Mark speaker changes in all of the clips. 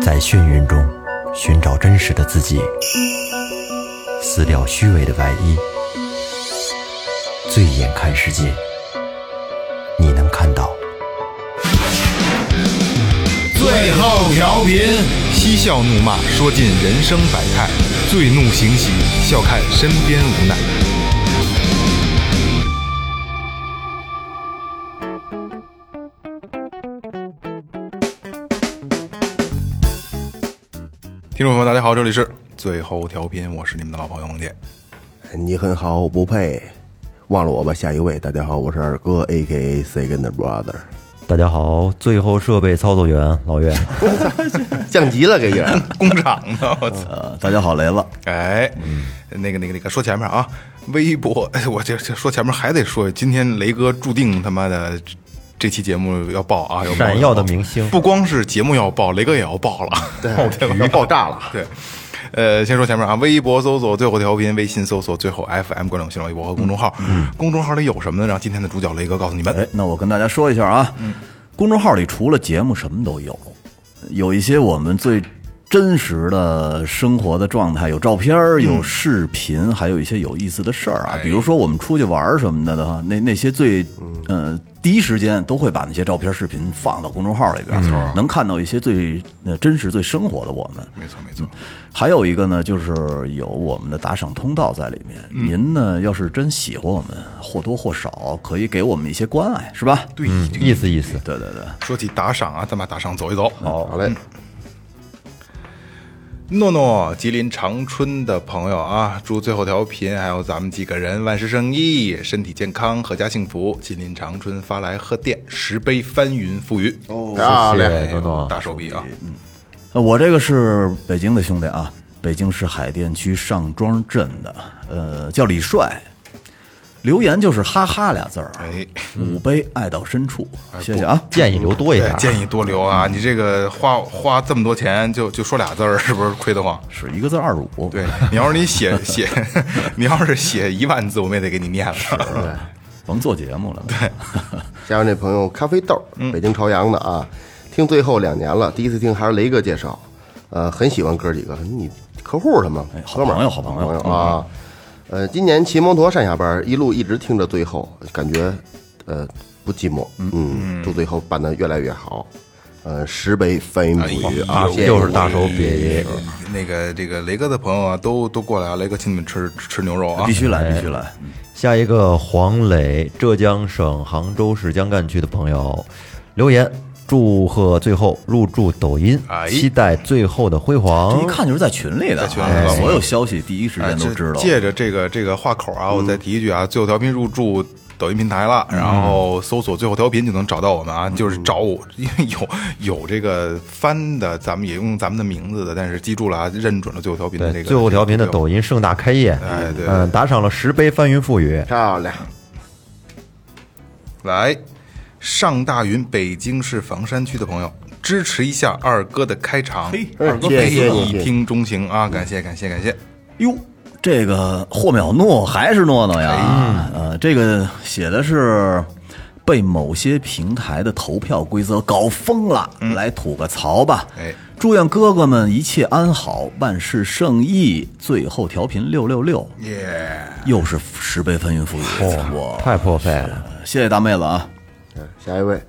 Speaker 1: 在眩晕中寻找真实的自己，撕掉虚伪的外衣，醉眼看世界，你能看到。
Speaker 2: 最后调频，
Speaker 3: 嬉笑怒骂，说尽人生百态；醉怒行喜，笑看身边无奈。听众朋友们，大家好，这里是最后调频，我是你们的老朋友萌姐。
Speaker 4: 你很好，我不配，忘了我吧。下一位，大家好，我是二哥，A K A Second Brother，
Speaker 1: 大家好，最后设备操作员老岳，
Speaker 4: 降级了，给人。
Speaker 3: 工厂的，我操！
Speaker 5: 呃，大家好，雷子，
Speaker 3: 哎，那个那个那个，说前面啊，微博， 哎我这这说前面还得说，今天雷哥注定他妈的这这期节目要爆啊，要爆
Speaker 1: 闪耀的明星
Speaker 3: 不光是节目要爆，雷哥也要爆了， 对吧，要爆炸了，对。呃，先说前面啊，微博搜索最后调频，微信搜索最后 FM，关注我们新浪微博和公众号。
Speaker 1: 嗯
Speaker 3: 公众号里有什么呢？让今天的主角雷哥告诉你们。
Speaker 5: 哎，那我跟大家说一下啊，公众号里除了节目什么都有，有一些我们最真实的生活的状态，有照片儿，有视频，还有一些有意思的事儿啊
Speaker 3: 哎，
Speaker 5: 比如说我们出去玩儿什么的的话，那那些最呃第一时间都会把那些照片、视频放到公众号里边，能看到一些最呃真实、最生活的我们。
Speaker 3: 没错没错，
Speaker 5: 还有一个呢，就是有我们的打赏通道在里面。
Speaker 3: 嗯
Speaker 5: 您呢，要是真喜欢我们，或多或少可以给我们一些关爱，是吧？
Speaker 3: 对，
Speaker 1: 意思嗯意思。
Speaker 5: 对对对，
Speaker 3: 说起打赏啊，咱把打赏走一走。
Speaker 4: 好嘞，
Speaker 3: 诺诺，吉林长春的朋友啊，祝最后调频还有咱们几个人万事胜意，身体健康，阖家幸福。吉林长春发来贺电，十杯翻云覆雨，
Speaker 4: 哦漂亮，
Speaker 1: 对，诺诺，
Speaker 3: 大手笔啊！
Speaker 5: 呃我这个是北京的兄弟啊，北京市海淀区上庄镇的，呃，叫李帅。留言就是“哈哈”俩字儿，啊
Speaker 3: 哎，
Speaker 5: 五杯爱到深处，谢谢啊。
Speaker 1: 建议留多一
Speaker 3: 对
Speaker 1: 点，，
Speaker 3: 哎建议多留啊！你这个花花这么多钱就就说俩字儿，是不是亏得慌？
Speaker 5: 是一个字二十五，
Speaker 3: 对，你要是你写写， 你要是写一万字，我们也得给你念了。
Speaker 5: 甭做节目了。对，
Speaker 4: 下面这朋友咖啡豆，北京朝阳的啊，听最后两年了，第一次听还是雷哥介绍，呃，很喜欢哥几个，你客户他吗？
Speaker 5: 好
Speaker 4: 哥们儿
Speaker 5: 朋友好朋友
Speaker 4: 啊，呃，今年骑摩托上下班，一路一直听着最后，感觉呃不寂寞，嗯，祝最后办得越来越好，呃，十杯翻
Speaker 3: 哎
Speaker 4: 云覆雨啊，谢谢
Speaker 1: 又是大
Speaker 4: 你
Speaker 1: 手笔，
Speaker 3: 那个这个雷哥的朋友啊，都都过来啊！雷哥请你们吃吃牛肉啊
Speaker 5: 必！须
Speaker 1: 哎
Speaker 5: 来，必须来。
Speaker 1: 下一个黄磊，浙江省杭州市江干区的朋友留言，祝贺最后入驻抖音，
Speaker 3: 哎
Speaker 1: 期待最后的辉
Speaker 5: 这一
Speaker 1: 煌。
Speaker 5: 看就是在群里
Speaker 3: 在
Speaker 5: 的
Speaker 3: 群里
Speaker 5: 啊，
Speaker 3: 的
Speaker 5: 所有消息第一时
Speaker 3: 哎，
Speaker 5: 间都
Speaker 3: 这
Speaker 5: 知道。
Speaker 3: 借着这个这个话口啊，我再提一句
Speaker 1: 嗯
Speaker 3: 啊，最后调频入驻。抖音平台了，然后搜索“最后调频”就能找到我们
Speaker 1: 嗯
Speaker 3: 啊，就是找我， 因为有有这个翻的，咱们也用咱们的名字的，但是记住了啊，认准了最后调频的这
Speaker 1: 对，
Speaker 3: 个
Speaker 1: 最后调频的
Speaker 3: 这个
Speaker 1: 抖音盛大开业，
Speaker 3: 哎对
Speaker 1: 嗯，打赏了十杯翻云覆雨，
Speaker 4: 漂亮，
Speaker 3: 来，上大云北京市房山区的朋友，支持一下二哥的开场，
Speaker 4: 二哥哎谢谢
Speaker 3: 一
Speaker 4: 你，
Speaker 3: 听钟情啊，感谢感谢感谢，
Speaker 5: 哟，这个霍淼诺还是诺诺
Speaker 3: 哎
Speaker 5: 呀？呃，这个写的是被某些平台的投票规则搞疯了，来吐个槽吧。
Speaker 3: 嗯哎
Speaker 5: 祝愿哥哥们一切安好，万事胜意。最后调频六六六，
Speaker 3: 耶，
Speaker 5: 又是十倍翻云覆雨。我
Speaker 1: 太破费了。
Speaker 5: 谢谢大妹子啊！
Speaker 4: 下一位，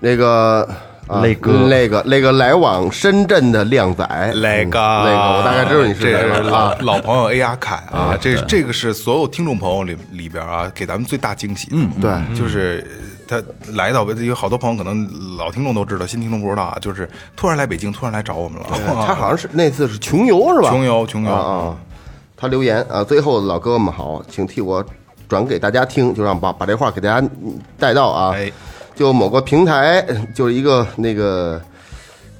Speaker 4: 那个。啊
Speaker 1: 磊哥
Speaker 4: 那个那个来往深圳的靓仔，
Speaker 3: 磊哥，
Speaker 4: 嗯磊哥，我大概知道你是
Speaker 3: 这
Speaker 4: 哪
Speaker 3: 是
Speaker 4: 个了啊
Speaker 3: 老。老朋友 A 亚凯啊，这这个是所有听众朋友里里边啊，给咱们最大惊喜。嗯，
Speaker 4: 对
Speaker 3: 就是他来到有好多朋友可能老听众都知道，新听众不知道啊，就是突然来北京，突然来找我们了。
Speaker 4: 他好像是那次是穷游是吧？
Speaker 3: 穷游穷游
Speaker 4: 啊啊！他留言啊，最后老哥们好，请替我转给大家听，就让把把这话给大家嗯带到啊。
Speaker 3: 哎
Speaker 4: 就某个平台，就是一个那个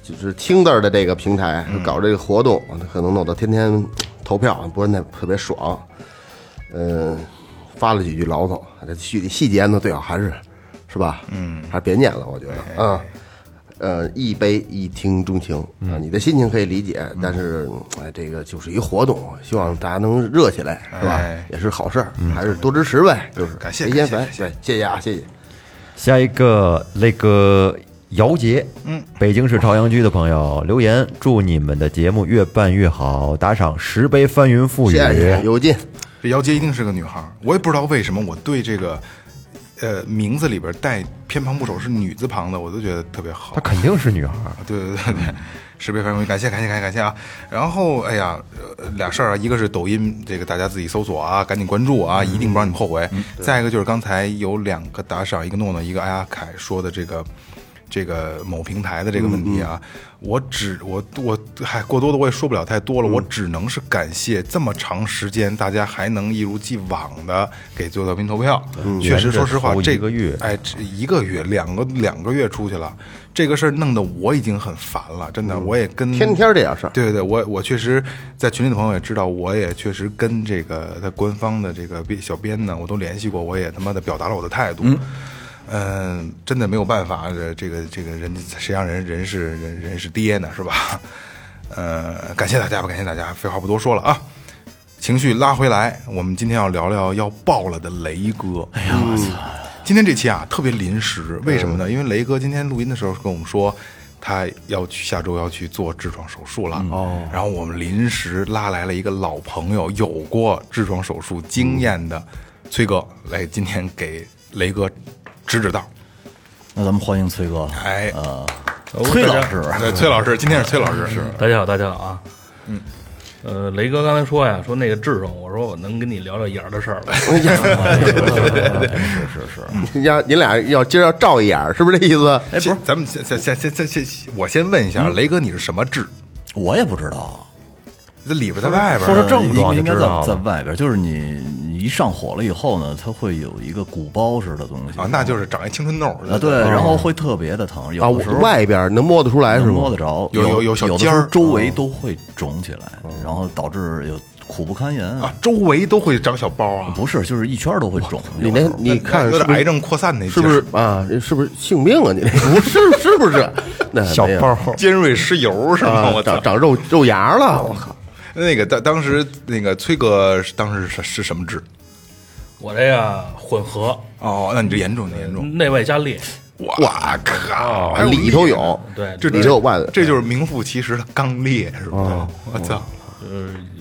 Speaker 4: 就是青字儿的这个平台
Speaker 3: 嗯
Speaker 4: 搞这个活动，可能弄得天天投票，不是那特别爽。嗯、发了几句牢骚，这具体细节呢，最好还是是吧？嗯，还是别念了，我觉得啊。呃，一杯一听钟情啊，你的心情可以理解，但是哎，这个就是一活动，希望大家能热起来，是吧
Speaker 3: 哎？
Speaker 4: 也是好事儿，还是多支持呗，就是
Speaker 3: 感谢
Speaker 4: 别嫌
Speaker 3: 感
Speaker 4: 烦
Speaker 3: 谢，
Speaker 4: 对，谢谢啊，谢谢。
Speaker 1: 下一个那个姚杰，嗯，北京市朝阳区的朋友留言，祝你们的节目越办越好，打赏十杯翻云覆雨。
Speaker 4: 谢谢有劲，
Speaker 3: 这姚杰一定是个女孩儿，我也不知道为什么我对这个，呃，名字里边带偏旁部首是女字旁的，我都觉得特别好
Speaker 1: 她。肯定是女孩儿，
Speaker 3: 啊对对对对，识别范围，感谢感谢感谢感谢啊！然后哎呀，呃俩事儿啊，一个是抖音这个大家自己搜索啊，赶紧关注啊，一定不让你们后悔。
Speaker 1: 嗯
Speaker 3: 再一个就是刚才有两个打赏，一个诺诺，一个艾亚凯说的这个。这个某平台的这个问题
Speaker 1: 嗯
Speaker 3: 啊，我只我我还过多的我也说不了太多
Speaker 1: 嗯
Speaker 3: 了，我只能是感谢这么长时间大家还能一如既往的给最后调频投票。确实，说实话，
Speaker 1: 嗯连着投
Speaker 3: 这
Speaker 1: 一个月
Speaker 3: 哎，这一个月两个两个月出去了，这个事儿弄得我已经很烦了，真的，我也跟
Speaker 4: 天天这点事儿
Speaker 3: 对对对，我我确实在群里的朋友也知道，我也确实跟这个他官方的这个编小编呢，我都联系过，我也他妈的表达了我的态度。嗯真的没有办法，这这个这个人谁让人人是人人是爹呢，是吧？ 呃，感谢大家吧，感谢大家，废话不多说了啊。情绪拉回来，我们今天要聊聊要爆了的雷哥。哎呀，我操！今天这期啊特别临时，为什么呢？因为雷哥今天录音的时候跟我们说，他要去下周要去做痔疮手术了。哦，然后我们临时拉来了一个老朋友，有过痔疮手术经验的崔哥，来今天给雷哥指指道。
Speaker 5: 那咱们欢迎崔哥，
Speaker 3: 哎，
Speaker 5: 崔老师，
Speaker 3: 对，崔老师，今天是崔老师，是
Speaker 6: 大家好，大家好啊。嗯，呃，雷哥刚才说呀，说那个痔疮，我说我能跟你聊聊眼儿的事儿 吗？
Speaker 4: 要您俩要今儿要照一眼儿，是不是这意思？
Speaker 3: 哎，不是，咱们先先先先先先，我先问一下，雷哥，你是什么痣？
Speaker 5: 我也不知道，啊
Speaker 3: 这里边在外边儿，
Speaker 1: 说说症
Speaker 5: 应
Speaker 1: 状
Speaker 5: 该
Speaker 1: 就
Speaker 5: 嗯应该
Speaker 1: 知道
Speaker 5: 在
Speaker 1: 了
Speaker 5: 在外边，就是你你一上火了以后呢，它会有一个鼓包似的东西
Speaker 3: 啊，那就是哦长一青春痘儿
Speaker 5: 啊对，然后会特别的疼，
Speaker 4: 啊，
Speaker 5: 有
Speaker 4: 我
Speaker 5: 的时候
Speaker 4: 外边能摸得出来是
Speaker 5: 能
Speaker 4: 吗？
Speaker 5: 摸得着，
Speaker 3: 有有
Speaker 5: 有
Speaker 3: 有小
Speaker 5: 的
Speaker 3: 尖儿嗯哦
Speaker 5: 时候周围都会肿起来，然后导致有苦不堪言
Speaker 3: 啊，周围都会长小包啊，
Speaker 5: 不是，就是一圈儿都会肿，
Speaker 4: 你
Speaker 5: 有的
Speaker 4: 那
Speaker 5: 时候
Speaker 4: 你看
Speaker 3: 有
Speaker 4: 是
Speaker 3: 点
Speaker 4: 不
Speaker 3: 癌
Speaker 4: 是
Speaker 3: 症扩散那劲儿
Speaker 4: 是不是啊？是不是性病啊？你这不是是不是？ 那
Speaker 1: 小
Speaker 4: 没有
Speaker 1: 包
Speaker 3: 尖锐湿疣是吗？
Speaker 4: 啊
Speaker 3: 我操
Speaker 4: 长！长肉肉芽了，我靠！
Speaker 3: 那个当当时那个崔哥是当时是是什么痣？
Speaker 6: 我这个混合
Speaker 3: 哦，那你这严重，你严重！
Speaker 6: 内外加裂，
Speaker 3: 我
Speaker 1: 哦
Speaker 3: 靠，还
Speaker 4: 里头有，
Speaker 6: 对，
Speaker 3: 这
Speaker 4: 里头有哎哦腕子
Speaker 3: 这就是名副其实的刚烈，是吧？我操！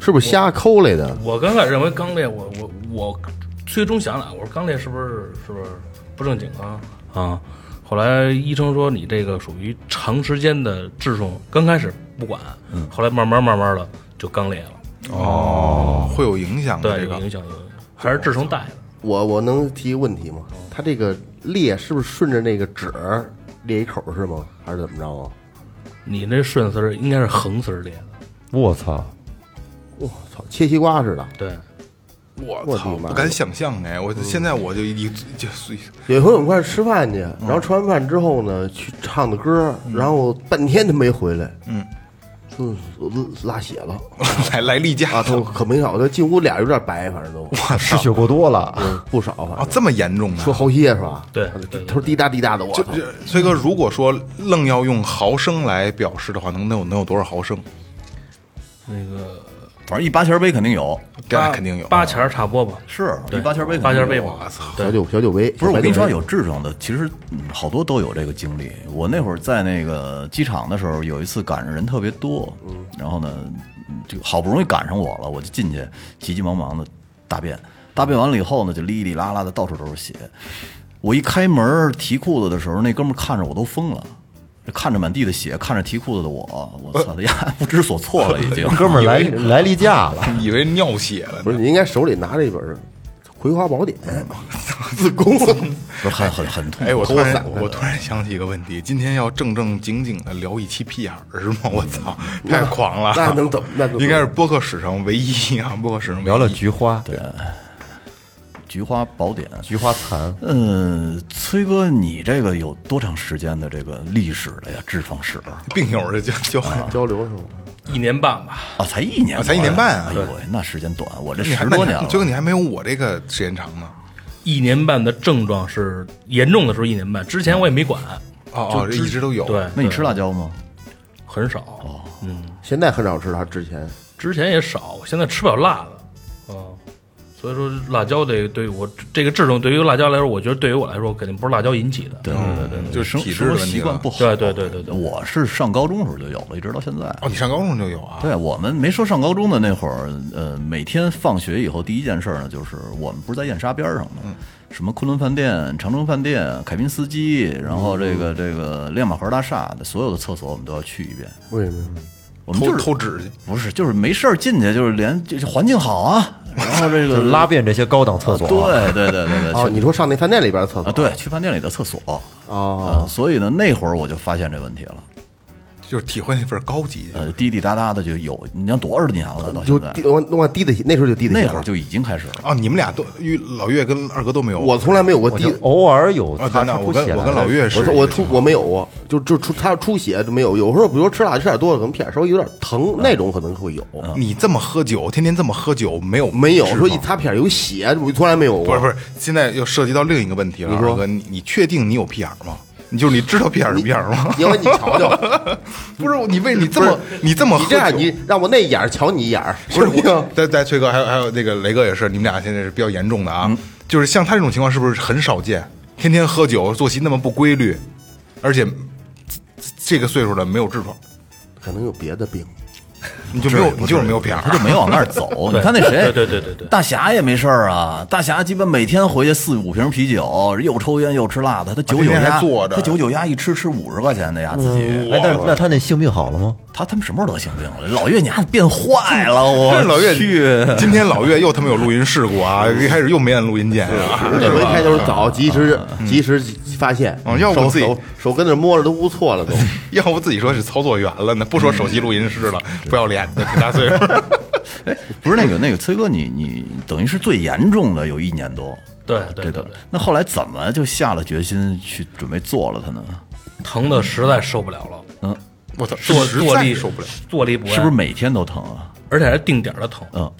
Speaker 4: 是不是瞎抠来的？
Speaker 6: 我刚开始认为刚裂，我我我最终想了，我说刚裂是不是是不是不正经啊啊？后来医生说你这个属于长时间的痔疮，刚开始不管，
Speaker 3: 嗯
Speaker 6: 后来慢慢慢慢的就刚裂了，
Speaker 3: 哦，会有影响的嗯
Speaker 6: 对，
Speaker 3: 这
Speaker 6: 有
Speaker 3: 个
Speaker 6: 影响有影响，还是痔疮带的。
Speaker 4: 我我能提个问题吗？它这个裂是不是顺着那个纸裂一口是吗？还是怎么着啊？
Speaker 6: 你那顺丝儿应该是横丝儿裂的，
Speaker 1: 我操，
Speaker 4: 我操，切西瓜似的。
Speaker 6: 对，
Speaker 3: 我
Speaker 4: 我
Speaker 3: 操，
Speaker 4: 的妈嗯
Speaker 3: 不敢想象哎！我现在我就一就
Speaker 4: 有一回我们一块儿吃饭去，
Speaker 1: 嗯
Speaker 4: 然后吃完饭之后呢，去唱的歌，然后我半天都没回来，嗯，就我都拉血了
Speaker 3: 来来例假
Speaker 4: 啊，都可没少，他进屋俩有点白，反正都
Speaker 1: 失血过多了，
Speaker 4: 嗯不少，反
Speaker 3: 啊
Speaker 4: 正，
Speaker 3: 这么严重呢
Speaker 4: 说？喉血是吧？
Speaker 6: 对
Speaker 4: 他说
Speaker 6: 对对
Speaker 4: 他说滴答滴答的，我
Speaker 3: 就
Speaker 4: 操
Speaker 3: 就崔哥，如果说愣要用毫升来表示的话，能能有能有多少毫升？
Speaker 6: 那个
Speaker 5: 反正一八钱儿杯肯定有，
Speaker 3: 那
Speaker 6: 八
Speaker 3: 肯定有啊嗯
Speaker 6: 八钱儿差不多吧，
Speaker 5: 是
Speaker 6: 对
Speaker 5: 一八钱儿杯肯定有，
Speaker 6: 八钱儿杯吧，
Speaker 3: 我操！
Speaker 4: 小酒小酒杯，
Speaker 5: 不是，我
Speaker 4: 白
Speaker 5: 跟
Speaker 4: 酒
Speaker 5: 你说，
Speaker 4: 杯
Speaker 5: 有痔疮的，其实嗯好多都有这个经历。我那会儿在那个机场的时候，有一次赶上人特别多，然后呢，嗯就好不容易赶上我了，我就进去急急忙忙的大便，大便完了以后呢，就哩哩啦啦的到处都是血。我一开门提裤子的时候，那哥们儿看着我都疯了。看着满地的血，看着提裤子的我，我 操他丫不知所措了，已经。
Speaker 1: 呃 哥们儿来来例假了，
Speaker 3: 以为尿血了
Speaker 4: 不
Speaker 3: 呢，
Speaker 4: 是你应该手里拿着一本《葵花宝典》自宫，
Speaker 5: 不是很很很痛苦。
Speaker 3: 哎，我突然
Speaker 4: 散开了
Speaker 3: 我突然想起一个问题，今天要正正经经的聊一期屁眼儿是吗？我操，太狂了！
Speaker 4: 那能怎么那能怎么
Speaker 3: 应该是播客史上唯一啊，播客史上
Speaker 1: 聊了
Speaker 3: 了
Speaker 1: 菊花，
Speaker 5: 菊花宝典，
Speaker 1: 菊花残，
Speaker 5: 嗯，崔哥，你这个有多长时间的这个历史了呀？痔疮史啊，
Speaker 3: 病友的就就
Speaker 4: 交流是吗？
Speaker 6: 一年半吧。
Speaker 5: 才一年
Speaker 3: 啊
Speaker 5: 多呀，
Speaker 3: 才一年半啊
Speaker 5: 哎呦喂，那时间短，我这
Speaker 3: 你还
Speaker 5: 十多年了
Speaker 3: 崔。哥你还没有我这个时间长呢。
Speaker 6: 一年半的症状是严重的时候一年半，之前我也没管，
Speaker 3: 哦哦，这一直都有。
Speaker 6: 对，
Speaker 5: 那你吃
Speaker 6: 了
Speaker 5: 辣椒吗？
Speaker 6: 很
Speaker 3: 哦
Speaker 6: 少，嗯，
Speaker 4: 现在很少吃它，之前
Speaker 3: 哦
Speaker 6: 之前也少，现在吃不了辣的，啊，所以说辣椒得对我这个制种，对于辣椒来说，我觉得对于我来说肯定不是辣椒引起的。对
Speaker 3: 就是
Speaker 5: 生
Speaker 3: 体质
Speaker 5: 生
Speaker 3: 的
Speaker 5: 活
Speaker 3: 问题
Speaker 5: 习惯
Speaker 3: 了
Speaker 5: 不。好。
Speaker 6: 对对对对对
Speaker 5: 我是上高中时候就有了，一直到现在。
Speaker 3: 哦，你上高中就有啊？
Speaker 5: 对我们没说上高中的那会儿，呃，每天放学以后第一件事儿呢，就是我们不是在燕莎边儿上
Speaker 3: 嗯
Speaker 5: 吗？什么昆仑饭店、长城饭店、凯宾斯基，然后这个这个亮马河大厦的所有的厕所我们都要去一遍。
Speaker 4: 为什么？
Speaker 5: 我们
Speaker 3: 偷
Speaker 5: 就是
Speaker 3: 偷纸去，
Speaker 5: 不是就是没事儿进去，就是连这这环境好啊，然后这
Speaker 1: 就
Speaker 5: 个
Speaker 1: 是 拉遍这些高档厕所、啊。
Speaker 5: 对对对对对，
Speaker 4: 哦，
Speaker 5: 去
Speaker 4: 你说上那饭店里边的厕所
Speaker 5: 啊，对，去饭店里的厕所
Speaker 4: 哦，
Speaker 5: 啊，所以呢，那会儿我就发现这问题了，
Speaker 3: 就是体会那份高级。
Speaker 5: 呃，滴滴答答的就有，你像多少年了，到
Speaker 4: 就
Speaker 5: 现在
Speaker 4: 低我我低得起，那时候就低得起了。
Speaker 5: 那会儿就已经开始了。
Speaker 3: 哦，你们俩都，因为老岳跟二哥都没有。
Speaker 4: 我从来没有过低，
Speaker 1: 偶尔有
Speaker 3: 啊，
Speaker 1: 他
Speaker 3: 咱俩
Speaker 1: 他不
Speaker 3: 我跟
Speaker 1: 写
Speaker 3: 我
Speaker 1: 来
Speaker 3: 跟老岳是
Speaker 4: 我
Speaker 3: 一
Speaker 4: 说
Speaker 3: 个
Speaker 4: 我
Speaker 3: 情
Speaker 4: 出
Speaker 3: 况
Speaker 4: 我没有过，就就出他出血就没有，有时候比如说吃辣吃点多了，可能屁眼稍微有点疼，那种可能会有，
Speaker 3: 你这么喝酒，天天这么喝酒，没有
Speaker 4: 没有
Speaker 3: 脂肪
Speaker 4: 说一擦屁眼有血，我从来没有过。
Speaker 3: 不是不是，现在又涉及到另一个问题了。
Speaker 4: 你说
Speaker 3: 二哥，你你确定你有屁眼儿吗？你就是你知道屁眼儿是屁眼儿吗？
Speaker 4: 因为你瞧瞧，
Speaker 3: 不是 你为你这
Speaker 4: 不是
Speaker 3: 么你这么
Speaker 4: 你
Speaker 3: 喝
Speaker 4: 这样
Speaker 3: 酒
Speaker 4: 你让我那眼儿瞧你一眼儿，
Speaker 3: 不是
Speaker 4: 不是
Speaker 3: 我？在在崔哥还有还有那个雷哥也是，你们俩现在是比较严重的啊。就是像他这种情况是不是很少见？天天喝酒，作息那么不规律，而且这这个岁数了没有痔疮，
Speaker 4: 可能有别的病。
Speaker 3: 你就没有你就是没有屁眼
Speaker 5: 他
Speaker 3: 儿。
Speaker 5: 就没往那儿走。你看那谁，
Speaker 6: 对对对对对
Speaker 5: 大侠也没事儿啊。大侠基本每天回去四五瓶啤酒，又抽烟又吃辣的。他九九
Speaker 3: 天天
Speaker 5: 鸭
Speaker 3: 还坐着
Speaker 5: 他九九鸭一吃吃五十块钱的鸭自己。
Speaker 1: 哎，但是那他那性病好了吗？
Speaker 5: 他他们什么时候得性病了？老岳，你丫变坏了！我
Speaker 3: 这老岳
Speaker 5: 去，，
Speaker 3: 今天老岳又他妈有录音事故 啊！一开始又没按录音键啊。
Speaker 4: 这回开头早，及时及时发现
Speaker 3: 嗯，要不
Speaker 4: 手
Speaker 3: 自己
Speaker 4: 手手跟那摸着都污错了都。
Speaker 3: 要不自己说是操作员了呢，不说首席录音师了，不要脸的挺大岁数。
Speaker 5: 不是那个那个崔哥，你你等于是最严重的有一年多。
Speaker 6: 对对
Speaker 5: 这
Speaker 6: 对
Speaker 5: 个
Speaker 6: 对，
Speaker 5: 那后来怎么就下了决心去准备做了它呢？
Speaker 6: 疼的实在受不了了，
Speaker 5: 嗯，
Speaker 3: 我操，
Speaker 6: 坐
Speaker 3: 实
Speaker 6: 坐
Speaker 3: 在
Speaker 6: 立
Speaker 3: 受不了，，
Speaker 6: 坐立不安，
Speaker 5: 是不是每天都疼啊？
Speaker 6: 而且还定点的疼。
Speaker 5: 嗯，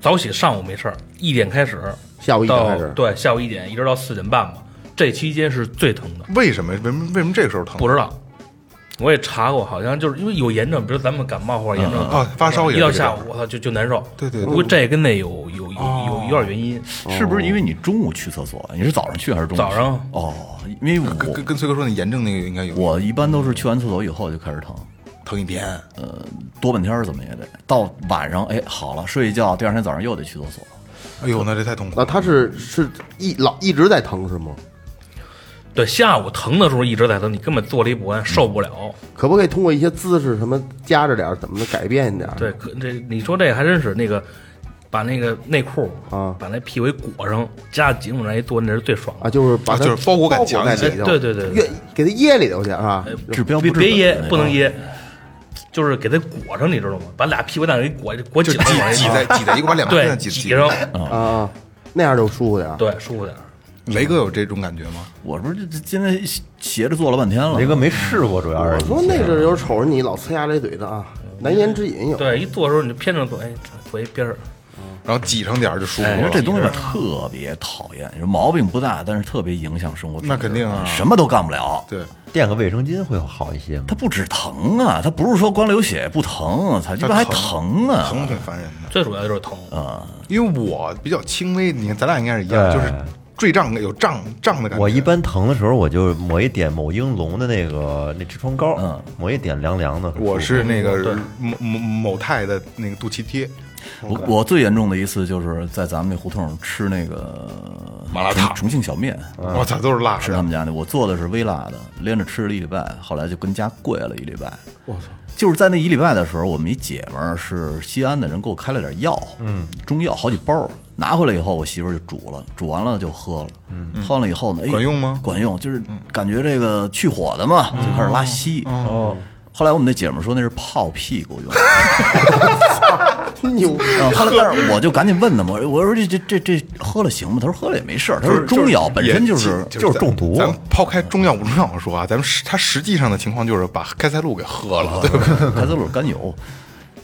Speaker 6: 早起上午没事儿，一点开始，
Speaker 4: 下午一点
Speaker 6: 到
Speaker 4: 开始
Speaker 6: 对，下午一点一直到四点半吧，这期间是最疼的。
Speaker 3: 为什么？为什么？为什么这个时候疼？
Speaker 6: 不知道，我也查过，好像就是因为有炎症，比如咱们感冒或者炎症
Speaker 3: 嗯啊发烧也
Speaker 6: 一
Speaker 3: 是
Speaker 6: 到
Speaker 3: 这样
Speaker 6: 下午我操就就难受。
Speaker 3: 对对对哦
Speaker 6: 不过这跟那有有有有有点原因。
Speaker 5: 是不是因为你中午去厕所？你是早上去还是中午去？
Speaker 6: 早上
Speaker 5: 哦，因为
Speaker 3: 跟
Speaker 5: 我
Speaker 3: 跟跟崔哥说，那炎症那个应该有
Speaker 5: 我一般都是去完厕所以后就开始疼，
Speaker 3: 疼一天，
Speaker 5: 多半天儿怎么也得到晚上，哎，好了，睡一觉，第二天早上又得去厕所。
Speaker 3: 哎呦，那这太痛苦
Speaker 4: 那
Speaker 3: 了。
Speaker 4: 他是是一老一直在疼是吗？
Speaker 6: 对，下午疼的时候一直在疼，你根本坐立不安，受不了。
Speaker 3: 嗯
Speaker 4: 可不可以通过一些姿势什么夹着点儿，怎么的改变一点儿？
Speaker 6: 对，可这你说这还真是那个，把那个内裤
Speaker 4: 啊
Speaker 6: 把那屁股裹上，夹紧往那一坐，那是最爽
Speaker 4: 啊，
Speaker 6: 的。
Speaker 4: 就是把
Speaker 3: 啊
Speaker 4: 它
Speaker 3: 就是包裹感强
Speaker 4: 在
Speaker 3: 一些
Speaker 4: 里头，
Speaker 6: 对对对对哎
Speaker 4: 越给它掖里头去啊。
Speaker 5: 治标必治
Speaker 6: 别
Speaker 5: 本
Speaker 6: 掖
Speaker 5: 的那，
Speaker 6: 不能
Speaker 5: 种。
Speaker 6: 掖，就是给它裹上，你知道吗？把俩屁股蛋给裹裹
Speaker 3: 就
Speaker 6: 紧
Speaker 3: 挤
Speaker 6: 了往那一
Speaker 3: 挤
Speaker 6: 放，
Speaker 3: 在挤在一块，把两边
Speaker 6: 对
Speaker 3: 上挤
Speaker 6: 挤
Speaker 3: 挤
Speaker 6: 上，
Speaker 4: 啊，那样就舒服点儿。
Speaker 6: 对，舒服点儿。
Speaker 3: 雷哥有这种感觉吗？
Speaker 5: 我不是这今天斜着坐了半天了
Speaker 1: 雷，哥没试过，主要
Speaker 6: 啊
Speaker 4: 我
Speaker 1: 是
Speaker 4: 说那阵儿有瞅着你老呲牙咧嘴的啊，难言之隐有。
Speaker 6: 对，一坐的时候你就偏着坐，哎，坐一边儿。
Speaker 3: 然后挤上点儿就舒服
Speaker 5: 我觉得
Speaker 3: 了。
Speaker 5: 哎这东西吧特别讨厌，毛病不大，但是特别影响生活品质。
Speaker 3: 那肯定啊
Speaker 5: 什么都干不了。
Speaker 3: 对，
Speaker 1: 垫个卫生巾会好一些吗？
Speaker 5: 它不止疼啊，它不是说光流血不疼，它一般还疼啊。
Speaker 3: 疼挺烦人的。
Speaker 6: 最主要就是疼，
Speaker 3: 因为我比较轻微，你看咱俩应该是一样，
Speaker 1: 对
Speaker 3: 就是坠胀的有胀胀的感觉。
Speaker 1: 我一般疼的时候，我就抹一点某英龙的那个那痔疮膏，
Speaker 5: 嗯，
Speaker 1: 抹一点凉凉的。
Speaker 3: 我是那
Speaker 6: 对
Speaker 3: 个某某某泰的那个肚脐贴，
Speaker 5: 我我最严重的一次就是在咱们那胡同吃那个
Speaker 3: 麻辣烫
Speaker 5: 重重庆小面，
Speaker 3: 我操，都是辣
Speaker 5: 吃他
Speaker 3: 的。
Speaker 5: 们家的。我做的是啊微辣的，连着吃了一礼拜，后来就跟家跪了一礼拜。我操！就是在那一礼拜的时候，我们一姐们儿是西安的人，给我开了点药，嗯，中药好几包儿，拿回来以后，我媳妇儿就煮了，煮完了就喝了，嗯，喝完了以后呢，哎，
Speaker 3: 管用吗
Speaker 5: 管用，嗯就是感觉这个去火的嘛，就开始拉稀。哦，后来我们那姐们儿说那是泡屁股用的。
Speaker 4: 牛逼，
Speaker 5: 啊，后来但是我就赶紧问他嘛，我说这这这这喝了行吗？他说喝了也没事儿，他说中药本身就
Speaker 3: 也
Speaker 5: 是
Speaker 3: 就
Speaker 1: 就是中毒
Speaker 3: 咱们抛开中药不中药 说啊，咱们实它实际上的情况就是把开塞露给喝了，对吧？
Speaker 5: 开塞露甘油。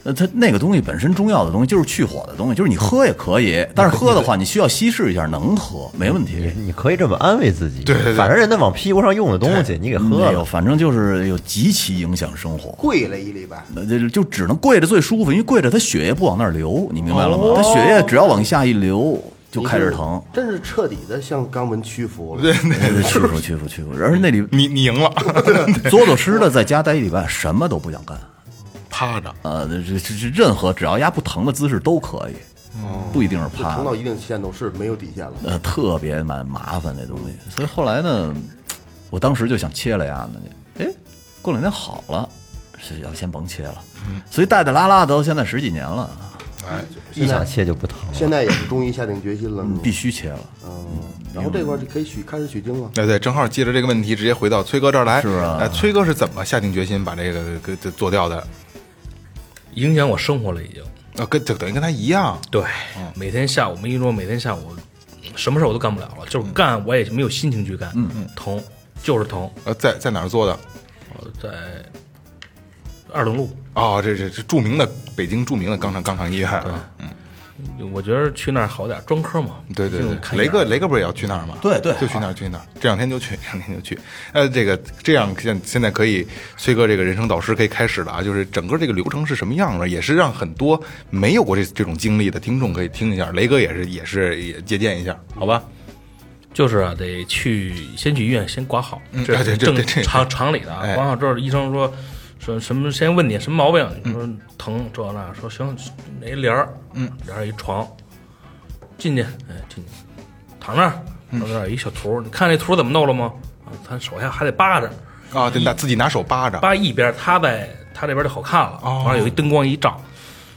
Speaker 5: 呃，它那个东西本身中药的东西就是去火的东西，就是你喝也可以，但是喝的话你需要稀释一下，能喝没问题。
Speaker 1: 你可以这么安慰自己，
Speaker 3: 对对对
Speaker 1: 反正人家往屁股上用的东西，你给喝
Speaker 5: 没有，
Speaker 1: 了，
Speaker 5: 反正就是有极其影响生活。
Speaker 4: 跪了一礼拜，
Speaker 5: 那就就只能跪着最舒服，因为跪着它血液不往那儿流，你明白了吗？它血液只要往下一流就开始
Speaker 1: 哦
Speaker 5: 疼，
Speaker 4: 真是彻底的向肛门屈服了。
Speaker 5: 对屈服屈服屈服。而那里
Speaker 3: 你你赢了，
Speaker 5: 作作吃的在家待一礼拜，什么都不想干，
Speaker 3: 趴着。
Speaker 5: 呃，这这这任何只要压不疼的姿势都可以，
Speaker 1: 哦
Speaker 5: 不一定是
Speaker 4: 就
Speaker 3: 啊
Speaker 5: 趴
Speaker 4: 疼。到一定限度是没有底线了。
Speaker 5: 呃，特别蛮麻烦那东西。所以后来呢，我当时就想切了呀，那就哎，过两天好了，是要先甭切了。所以带带拉拉到现在十几年了，
Speaker 3: 哎，
Speaker 1: 一想切就不疼了。
Speaker 4: 现在也是终于下定决心了，是吗
Speaker 5: 必须切了。
Speaker 4: 然后这块儿就可以取开始取经了。
Speaker 3: 哎对，正好借着这个问题，直接回到崔哥这儿来。
Speaker 5: 是啊
Speaker 3: 哎，崔哥是怎么下定决心把这个给给做掉的？
Speaker 6: 影响我生活了已经。
Speaker 3: 啊，跟等等于跟他一样，
Speaker 6: 对，每天下午没跟你说，每天下午什么事儿我都干不了了，
Speaker 3: 嗯
Speaker 6: 就是干我也没有心情去干，嗯嗯，疼就是疼，
Speaker 3: 呃，在在哪儿做的？
Speaker 6: 我在二等路，
Speaker 3: 哦，这这这著名的北京著名的肛肠肛肠医院。
Speaker 6: 我觉得去那儿好点儿，专科嘛，
Speaker 3: 啊对对
Speaker 6: 就看
Speaker 3: 对，
Speaker 6: 一眼
Speaker 3: 雷哥雷哥不是也要去那儿吗？
Speaker 5: 对对
Speaker 3: 就去那儿去那儿，这两天就去， 这两天就去。呃，这个这样现现在可以，崔哥这个人生导师可以开始了啊，就是整个这个流程是什么样的，也是让很多没有过这这种经历的听众可以听一下，雷哥也是也是也借鉴一下。
Speaker 6: 好吧。就是啊，得去先去医院先挂号，
Speaker 3: 嗯
Speaker 6: 这
Speaker 3: 对
Speaker 6: 是
Speaker 3: 对
Speaker 6: 正
Speaker 3: 对对
Speaker 6: 常常理的啊
Speaker 3: 哎。
Speaker 6: 挂号之后，医生说说什么，先问你什么毛病，
Speaker 3: 嗯
Speaker 6: 你说疼这那，说行，哪帘儿，嗯，帘儿一床，进去，哎，进去，躺那儿，
Speaker 3: 嗯
Speaker 6: 躺那儿有一小图，你看那图怎么弄了吗？啊，他手下还得扒着，
Speaker 3: 啊，得拿自己拿手扒哦着，
Speaker 6: 扒一边，他在他这边就好看了。完了有一灯光一照，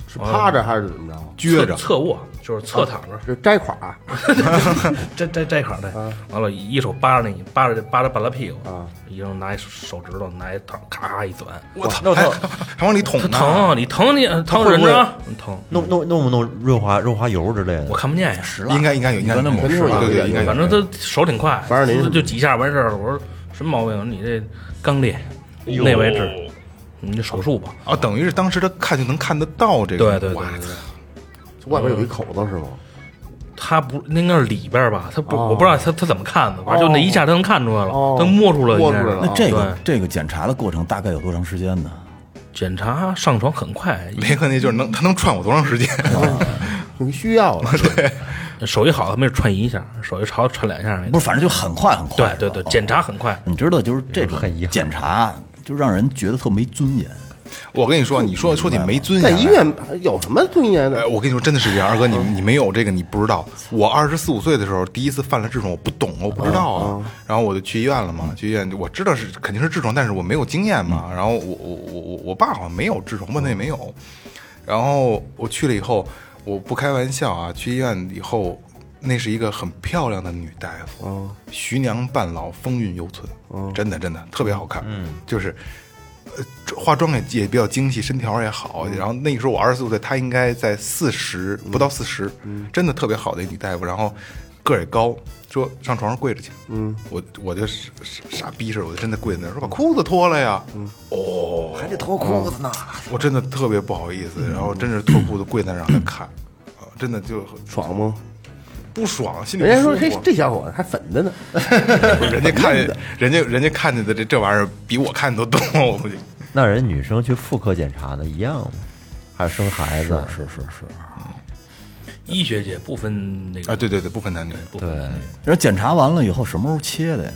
Speaker 4: 是趴着还是怎么着？
Speaker 3: 撅着
Speaker 6: 侧，侧卧就是侧躺着，
Speaker 4: 是摘垮，
Speaker 6: 这这这一块儿的，
Speaker 4: 啊
Speaker 6: 完了，一手扒着你，扒着扒着半拉屁股，一人拿一手指头，拿一糖，咔咔一钻，
Speaker 3: 我操，还哎还往里捅
Speaker 6: 他
Speaker 3: 呢，
Speaker 6: 疼，啊你疼你疼
Speaker 1: 会
Speaker 6: 忍
Speaker 1: 不会
Speaker 6: 着啊，你疼，
Speaker 1: 弄弄弄不弄润滑润滑油之类的
Speaker 6: 我？看不见呀，
Speaker 5: 十
Speaker 3: 应该应该有，应该
Speaker 5: 你跟他猛
Speaker 3: 有
Speaker 5: 试吧
Speaker 3: 对对对，应该有
Speaker 6: 反正他手挺快，
Speaker 4: 反正您
Speaker 6: 就就几下完事儿了。我说什么毛病？啊你这刚裂，
Speaker 1: 哎
Speaker 6: 那位置，你这手术吧。
Speaker 3: 啊，等于是当时他看就能看得到
Speaker 4: 哎
Speaker 3: 这个，
Speaker 6: 对对对
Speaker 3: 哇
Speaker 6: 对对
Speaker 4: 外边有一口子是吗？
Speaker 6: 他不那应该是里边儿吧？他不，
Speaker 4: 哦
Speaker 6: 我不知道他他怎么看的，反正就那一下他能看出来了，他摸出来
Speaker 4: 摸
Speaker 6: 应该是
Speaker 4: 出来了哦
Speaker 5: 那这个这个检查的过程大概有多长时间呢？
Speaker 6: 检查上床很快，
Speaker 3: 雷哥那就是能他能串我多长时间？
Speaker 4: 你嗯需要了，
Speaker 6: 手一好他没准串一下，手一潮串两下那种
Speaker 5: 不是，反正就很快很快。
Speaker 6: 对对对，检查
Speaker 3: 哦
Speaker 6: 很快。
Speaker 5: 你知道，就是这种
Speaker 1: 很遗憾
Speaker 5: 检查，就让人觉得特没尊严。
Speaker 3: 我跟你说，你说说你没尊
Speaker 4: 在
Speaker 3: 严，
Speaker 4: 医院有什么尊严
Speaker 3: 哎，
Speaker 4: 的？
Speaker 3: 我跟你说，真的是这样，二哥，你你没有这个，你不知道。我二十四五岁的时候，第一次犯了痔疮，我不懂，我不知道啊。然后我就去医院了嘛，去医院，我知道是肯定是痔疮，但是我没有经验嘛。然后我我我我我爸好像没有痔疮，问他也没有。然后我去了以后，我不开玩笑啊，去医院以后，那是一个很漂亮的女大夫，徐娘半老，风韵犹存，真的真的特别好看，嗯，就是。呃，化妆也也比较精细，身条也好。
Speaker 4: 嗯
Speaker 3: 然后那个时候我二十四岁，她应该在四十不到四十，
Speaker 4: 嗯
Speaker 3: 真的特别好的一女大夫。然后个儿也高，说上床上跪着去。嗯，我我就傻傻逼似的，我就真的跪在那儿，说把裤子脱了呀。
Speaker 4: 嗯
Speaker 3: 哦，还得脱裤子呢。
Speaker 4: 哦
Speaker 3: 我真的特别不好意
Speaker 4: 嗯
Speaker 3: 思，然后真是脱裤子跪在那儿让她看，啊，真的就
Speaker 4: 爽吗？
Speaker 3: 不爽，心里
Speaker 4: 人家说
Speaker 3: 不舒
Speaker 4: 这
Speaker 3: 服
Speaker 4: 这小伙子还粉着 呢，
Speaker 3: 人家看人家人家看见的这这玩意儿比我看的都多，我估计。
Speaker 1: 那人女生去妇科检查的一样吗？还是生孩子？
Speaker 5: 是是是。
Speaker 6: 医学界不分那
Speaker 3: 啊，
Speaker 6: 个，
Speaker 3: 对对对，不分男女。
Speaker 6: 不分
Speaker 1: 对，
Speaker 5: 然后检查完了以后，什么时候切的呀？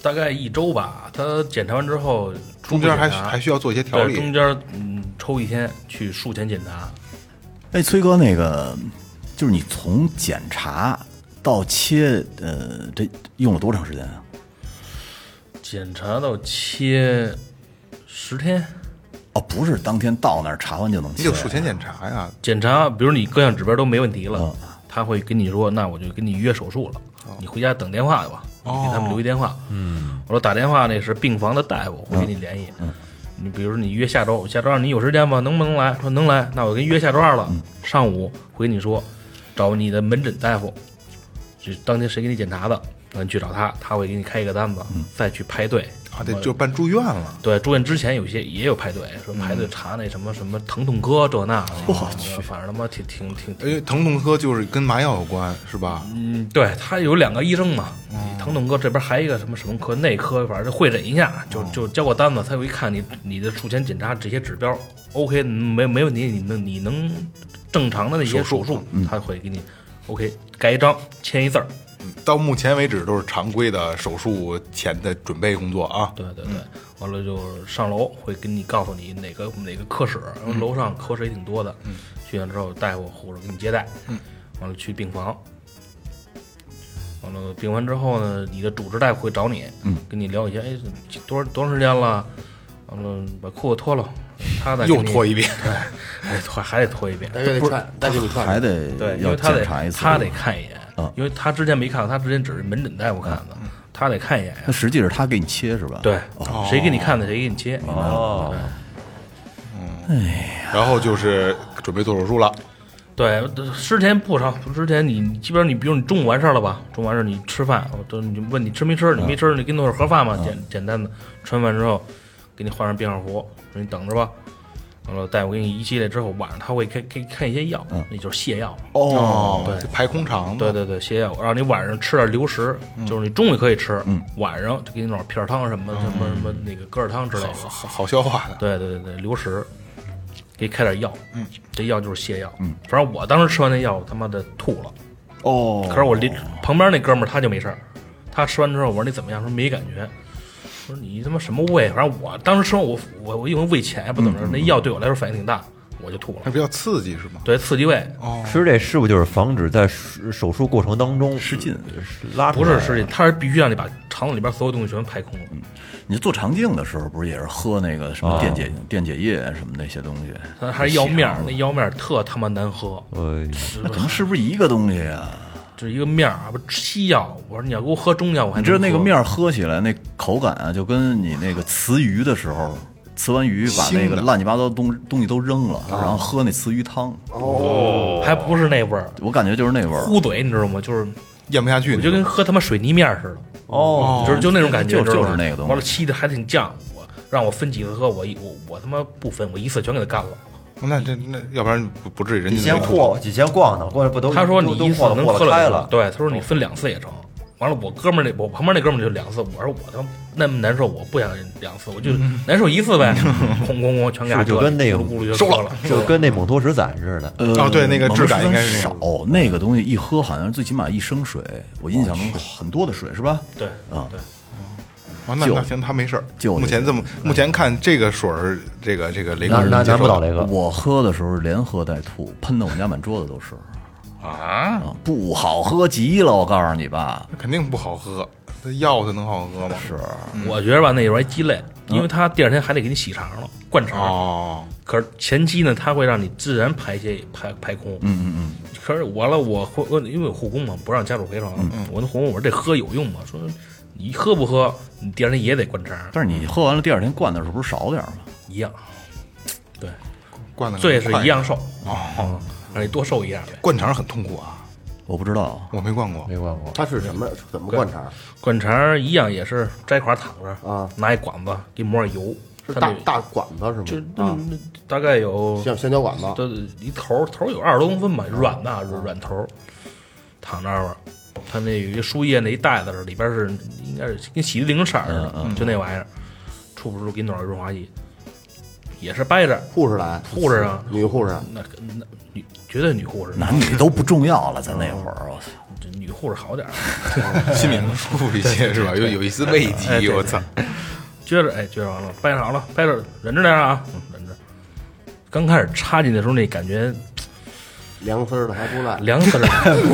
Speaker 6: 大概一周吧。他检查完之后，初
Speaker 3: 中
Speaker 6: 步
Speaker 3: 间还
Speaker 6: 检查
Speaker 3: 还需要做一些调
Speaker 6: 啊对中
Speaker 3: 理。
Speaker 6: 间嗯抽一天去术前检查，
Speaker 5: 哎，崔哥，那个就是你从检查到切，呃，这用了多长时间啊？
Speaker 6: 检查到切十天。
Speaker 5: 哦，不是当天到那儿查完就能
Speaker 3: 你
Speaker 5: 切
Speaker 3: 有术前检查呀，
Speaker 6: 检查，比如你各项指标都没问题了，他会跟你说，那我就跟你预约手术了，你回家等电话吧，给他们留一电话。嗯，我说打电话那是病房的大夫会跟你联系。你比如说你约下周，下周二你有时间吗？能不能来？说能来，那我跟你约下周二了，上午会跟你说，找你的门诊大夫，就当天谁给你检查的，那你去找他，他会给你开一个单子，再去排队
Speaker 3: 啊，对，就办住院了。
Speaker 6: 对，住院之前有一些也有排队，说排队查那什么什么疼痛科这那的，嗯我去，哎反正他妈挺挺挺
Speaker 3: 因为哎疼痛科就是跟麻药有关，是吧？
Speaker 6: 嗯，对他有两个医生嘛，疼痛科这边还有一个什么什么科，内科反正会诊一下，就就交过单子，他有一看你你的术前检查这些指标，OK，没没问题，你能你能正常的那些手术，嗯他会给你 OK 盖一章，签一字儿，
Speaker 3: 到目前为止都是常规的手术前的准备工作啊。
Speaker 6: 对对对，完了就是上楼会跟你告诉你哪个哪个科室，因为楼上科室也挺多的。去完之后，大夫护士给你接待。完了去病房，完了病完之后呢，你的主治大夫会找你，跟你聊一下，哎，多少多长时间了？完了把裤子脱了，他再给
Speaker 3: 又
Speaker 6: 你
Speaker 3: 脱一 遍，
Speaker 6: 对，还脱还得脱一遍。
Speaker 7: 大哥得串，大哥得串，
Speaker 5: 还得
Speaker 6: 对，因
Speaker 5: 要
Speaker 6: 为他
Speaker 5: 检
Speaker 6: 得
Speaker 5: 查一次，
Speaker 6: 他得看一眼
Speaker 5: 啊，
Speaker 6: 因为他之前没看过，他之前只是门诊大夫看的，他得看一眼呀啊
Speaker 5: 那。实际是他给你切是吧？
Speaker 6: 对，谁给你看的谁给你切。哦，
Speaker 3: 然后就是准备做手术了。
Speaker 6: 对，之前不成，之前你基本上你比如你中午完事儿了吧，中午完事儿你吃饭，我都你就问你吃没吃，你没吃你给你弄点盒饭吧，
Speaker 3: 啊
Speaker 6: 简简单的，吃完饭之后给你换上病号服，说你等着吧。完了，大夫给你一系列之后，晚上他会开开开一些药，那就是泻药。
Speaker 3: 嗯哦，对，排空肠
Speaker 6: 对
Speaker 3: 嘛。
Speaker 6: 对对，泻药，让你晚上吃点流食，
Speaker 3: 嗯
Speaker 6: 就是你中午也可以吃，晚上就给你弄点片儿汤什么什么什么那个疙瘩汤之类的。
Speaker 3: 好好消化的，
Speaker 6: 对对对对，流食，给你开点药，嗯，这药就是泻药，嗯，反正我当时吃完那药，我他妈的吐了，
Speaker 5: 哦，
Speaker 6: 可是我邻旁边那哥们儿他就没事儿，他吃完之后我说你怎么样？说没感觉，我说你他妈什么胃？反正我当时吃完我我我因为胃浅不怎么
Speaker 5: 嗯
Speaker 6: 着，那药对我来说反应挺大，我就吐
Speaker 3: 那
Speaker 5: 哎
Speaker 6: 了，
Speaker 3: 比较刺激是吗？
Speaker 6: 对，刺激胃，
Speaker 5: 哦
Speaker 1: 吃这是不是就是防止在手手术过程当中失
Speaker 5: 禁
Speaker 1: 拉出
Speaker 6: 不
Speaker 1: 来？
Speaker 6: 是失禁，他是必须让你把肠子里边所有东西全排空了，
Speaker 5: 嗯你做肠镜的时候，不是也是喝那个什么电解电解液什么那些东西？
Speaker 6: 他还是药面儿，啊那药面儿特他妈难喝，
Speaker 1: 呃，
Speaker 5: 那可能是不是一个东西啊？
Speaker 6: 这一个面儿啊不西药，我说你要给我喝中药，我还
Speaker 5: 你知道
Speaker 6: 能
Speaker 5: 那个
Speaker 6: 喝
Speaker 5: 面儿喝起来那口感啊，就跟你那个鳃鱼的时候，鳃完鱼把那
Speaker 3: 腥的
Speaker 5: 个乱七八糟的东东西都扔了，然后喝那鳃鱼汤，
Speaker 4: 哦
Speaker 6: 还不是那味儿，
Speaker 5: 我感觉就是那味儿，
Speaker 6: 糊嘴，你知道吗？就是
Speaker 3: 咽不下去
Speaker 6: 我
Speaker 3: 那
Speaker 6: 就
Speaker 3: 种，
Speaker 6: 跟喝他妈水泥面儿似的，
Speaker 1: 哦，
Speaker 6: 就是就那种感觉，
Speaker 5: 就
Speaker 6: 你知道吗
Speaker 5: 就是那个东西
Speaker 6: 完了，沏的还挺犟，我让我分几次喝，我一我我他妈不分，我一次全给他干了。
Speaker 3: 那这那要不然不不至于人
Speaker 1: 几
Speaker 3: 家
Speaker 1: 千
Speaker 3: 没
Speaker 1: 货，几千逛呢，过来不都
Speaker 6: 他说你
Speaker 1: 都
Speaker 6: 一次
Speaker 1: 货
Speaker 6: 能
Speaker 1: 货
Speaker 6: 喝
Speaker 1: 了开
Speaker 6: 两
Speaker 1: 了哦
Speaker 6: 次，，对，他说你分两次也成。完了，我哥们儿那我旁边那哥们儿就两次，我说我他妈那么难受，我不想两次，我就难受一 次呗，哐哐哐全给他
Speaker 1: 是就跟那个
Speaker 6: 咕噜咕噜就喝了，
Speaker 1: 就跟那蒙脱石散似的。
Speaker 5: 呃
Speaker 3: 哦对那个质感应该是那
Speaker 5: 少
Speaker 3: 样，
Speaker 5: 那个东西一喝好像最起码一升水，我印象
Speaker 3: 哦
Speaker 5: 中很多的水是吧？
Speaker 6: 对
Speaker 5: 啊
Speaker 6: 对。
Speaker 3: 啊，那
Speaker 5: 就
Speaker 3: 那行，他没事儿。
Speaker 5: 就
Speaker 3: 目前这么，
Speaker 6: 嗯
Speaker 3: 目前看这个水儿，这个这个雷哥
Speaker 1: 难
Speaker 3: 是
Speaker 1: 难
Speaker 3: 接
Speaker 1: 难不
Speaker 3: 受
Speaker 1: 倒
Speaker 3: 的
Speaker 1: 雷哥，
Speaker 5: 我喝的时候连喝带吐，喷的我们家满桌子都是
Speaker 3: 啊，
Speaker 5: 啊，不好喝极了，我告诉你吧，
Speaker 3: 那肯定不好喝。这药它能好喝吗？是
Speaker 6: 我觉得吧，那有点鸡肋，
Speaker 1: 嗯
Speaker 6: 因为他第二天还得给你洗肠了，灌肠。
Speaker 3: 哦，
Speaker 6: 可是前期呢，它会让你自然排泄排排空。嗯嗯嗯。可是完了，我会我因为我护工嘛，不让家属回床。我那护工我说这喝有用吗？说你喝不喝，你第二天也得灌肠，
Speaker 5: 但是你喝完了第二天灌的时候不是少点儿吗？
Speaker 6: 一样。对，
Speaker 3: 灌的
Speaker 6: 罪是一样，受
Speaker 3: 哦，
Speaker 6: 让你多受一样呗。
Speaker 3: 灌肠很痛苦啊，
Speaker 5: 我不知道，
Speaker 3: 我没灌过。
Speaker 1: 没灌过。
Speaker 4: 他是什么？怎么灌肠？
Speaker 6: 灌肠一样也是摘块躺着
Speaker 4: 啊，
Speaker 6: 拿一管子给抹点油，
Speaker 4: 是
Speaker 6: 它
Speaker 4: 大
Speaker 6: 那
Speaker 4: 大管子
Speaker 6: 就是那
Speaker 4: 吗？
Speaker 6: 那大概有
Speaker 4: 啊，像香蕉管子。
Speaker 6: 都一头头有二十多公分吧，软的啊软头，躺那儿，他那有一输液那一袋子似的，里边是应该是跟洗涤灵色儿似
Speaker 3: 嗯
Speaker 6: 的，就那玩意儿，出不出给你弄点润滑液，也是掰着，
Speaker 4: 护士来，
Speaker 6: 护士啊
Speaker 4: 女护士，
Speaker 6: 那那女绝对女护士，
Speaker 5: 男女都不重要了，咱那会儿，我操。
Speaker 6: 这女护士好点儿，
Speaker 3: 心里能舒服一些是吧？有有一丝慰
Speaker 6: 哎对
Speaker 3: 藉，
Speaker 6: 对
Speaker 3: 我操！
Speaker 6: 撅着哎撅着完了，掰好了，掰着忍着点儿啊，嗯忍着。刚开始插进去的时候，那感觉
Speaker 4: 凉丝儿的还不赖。
Speaker 6: 凉丝儿，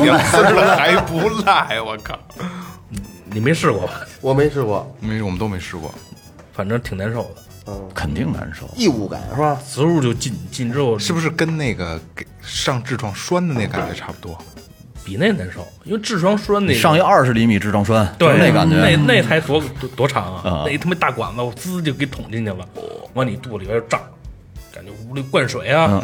Speaker 3: 两丝儿了还不赖，我靠！
Speaker 6: 你没试过吧？
Speaker 4: 我没试过，
Speaker 3: 没，我们都没试过。
Speaker 6: 反正挺难受的，
Speaker 5: 肯定难受。
Speaker 4: 异物感是吧？
Speaker 6: 植入就进进之后
Speaker 3: 是不是跟那个给上痔疮栓的那感觉差不多？
Speaker 6: 比那难受，因为痔疮栓那个
Speaker 5: 上一二十厘米痔疮栓，
Speaker 6: 对
Speaker 5: 就是那感
Speaker 6: 那
Speaker 5: 觉，
Speaker 6: 那才多多多长啊
Speaker 5: 啊！
Speaker 6: 那他妈大管子，我
Speaker 5: 嗯
Speaker 6: 滋就给捅进去了，往你肚里边就胀，感觉屋里灌水啊，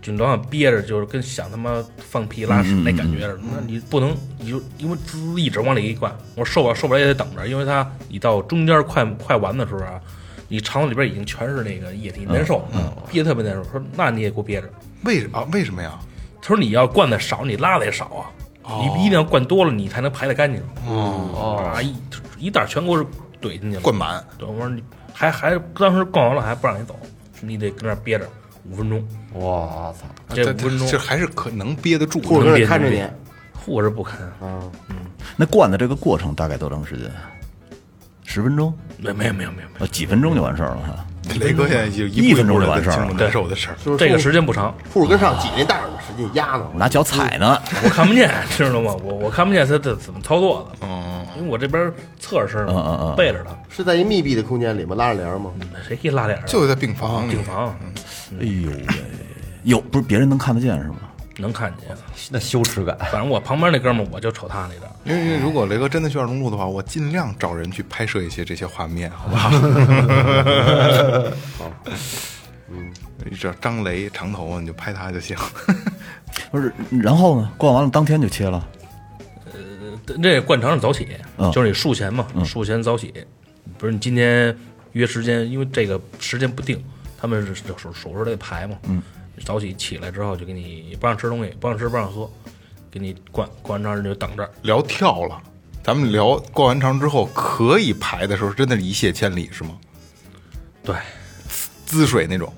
Speaker 6: 就你老想憋着，就是跟想他妈放屁拉
Speaker 5: 嗯
Speaker 6: 屎那感觉似的。那你不能，你就因为滋一直往里一灌，我受不啊了受不了也得等着，因为它你到中间快快完的时候啊，你肠子里边已经全是那个液体，
Speaker 5: 嗯
Speaker 6: 难受，憋特别难受。说那你也给我憋着。
Speaker 3: 为啊为什么呀？
Speaker 6: 他说你要灌的少，你拉的也少啊，你一定要灌多了，你才能排得干净。哦，啊一一袋全给我怼进去了，
Speaker 3: 灌满。
Speaker 6: 对，我说你还还当时灌完了还不让你走，你得跟那儿憋着五分钟。
Speaker 7: 我操，
Speaker 6: 这
Speaker 3: 这
Speaker 6: 五分钟
Speaker 3: 这还是可能憋得住的。
Speaker 7: 护士跟那看着你，
Speaker 6: 护士不肯，
Speaker 5: 那灌的这个过程大概多长时间？十分钟？
Speaker 6: 没没有没有没有没
Speaker 5: 呃，几分钟就完事儿了是吧？
Speaker 3: 雷哥现在就
Speaker 5: 一
Speaker 3: 一步
Speaker 5: 分
Speaker 3: 一
Speaker 5: 钟
Speaker 3: 步
Speaker 5: 就完
Speaker 3: 的
Speaker 5: 事儿
Speaker 3: 清楚
Speaker 5: 了
Speaker 3: 难受的事儿。
Speaker 7: 就
Speaker 6: 有，
Speaker 7: 是
Speaker 6: 这个
Speaker 7: 护
Speaker 6: 时间不长，
Speaker 7: 护士跟上挤那袋儿，使劲压呢。
Speaker 5: 拿脚踩呢，
Speaker 6: 我看不见， 知道吗？我我看不见他他怎么操作的，
Speaker 3: 嗯，
Speaker 6: 因为我这边侧着身
Speaker 5: 嗯嗯
Speaker 6: 嘛
Speaker 5: 嗯，
Speaker 6: 背着他，
Speaker 7: 是在一密闭的空间里面拉着帘儿吗？
Speaker 6: 谁一拉脸儿啊
Speaker 3: 就在嗯病房里
Speaker 6: 病。房
Speaker 5: 哎呦喂，有不是别人能看得见是吗？
Speaker 6: 能看见，
Speaker 1: 那羞耻感，
Speaker 6: 反正我旁边那哥们儿我就瞅他那个，
Speaker 3: 因为因为如果雷哥真的去二龙路的话，我尽量找人去拍摄一些这些画面， 好不好？嗯，这张雷长头发你就拍他就行。
Speaker 5: 不是，然后呢？灌完了当天就切了，
Speaker 6: 这灌肠是早起
Speaker 5: 嗯，
Speaker 6: 就是你术前嘛，术前早起，不是你今天约时间，因为这个时间不定，他们是手手手术得排嘛，嗯，早起起来之后就给你不让吃东西，不让吃不让喝，给你灌灌完肠你就等着，
Speaker 3: 聊跳了，咱们聊灌完肠之后可以排的时候，真的是一泻千里是吗？
Speaker 6: 对
Speaker 3: 滋水那种，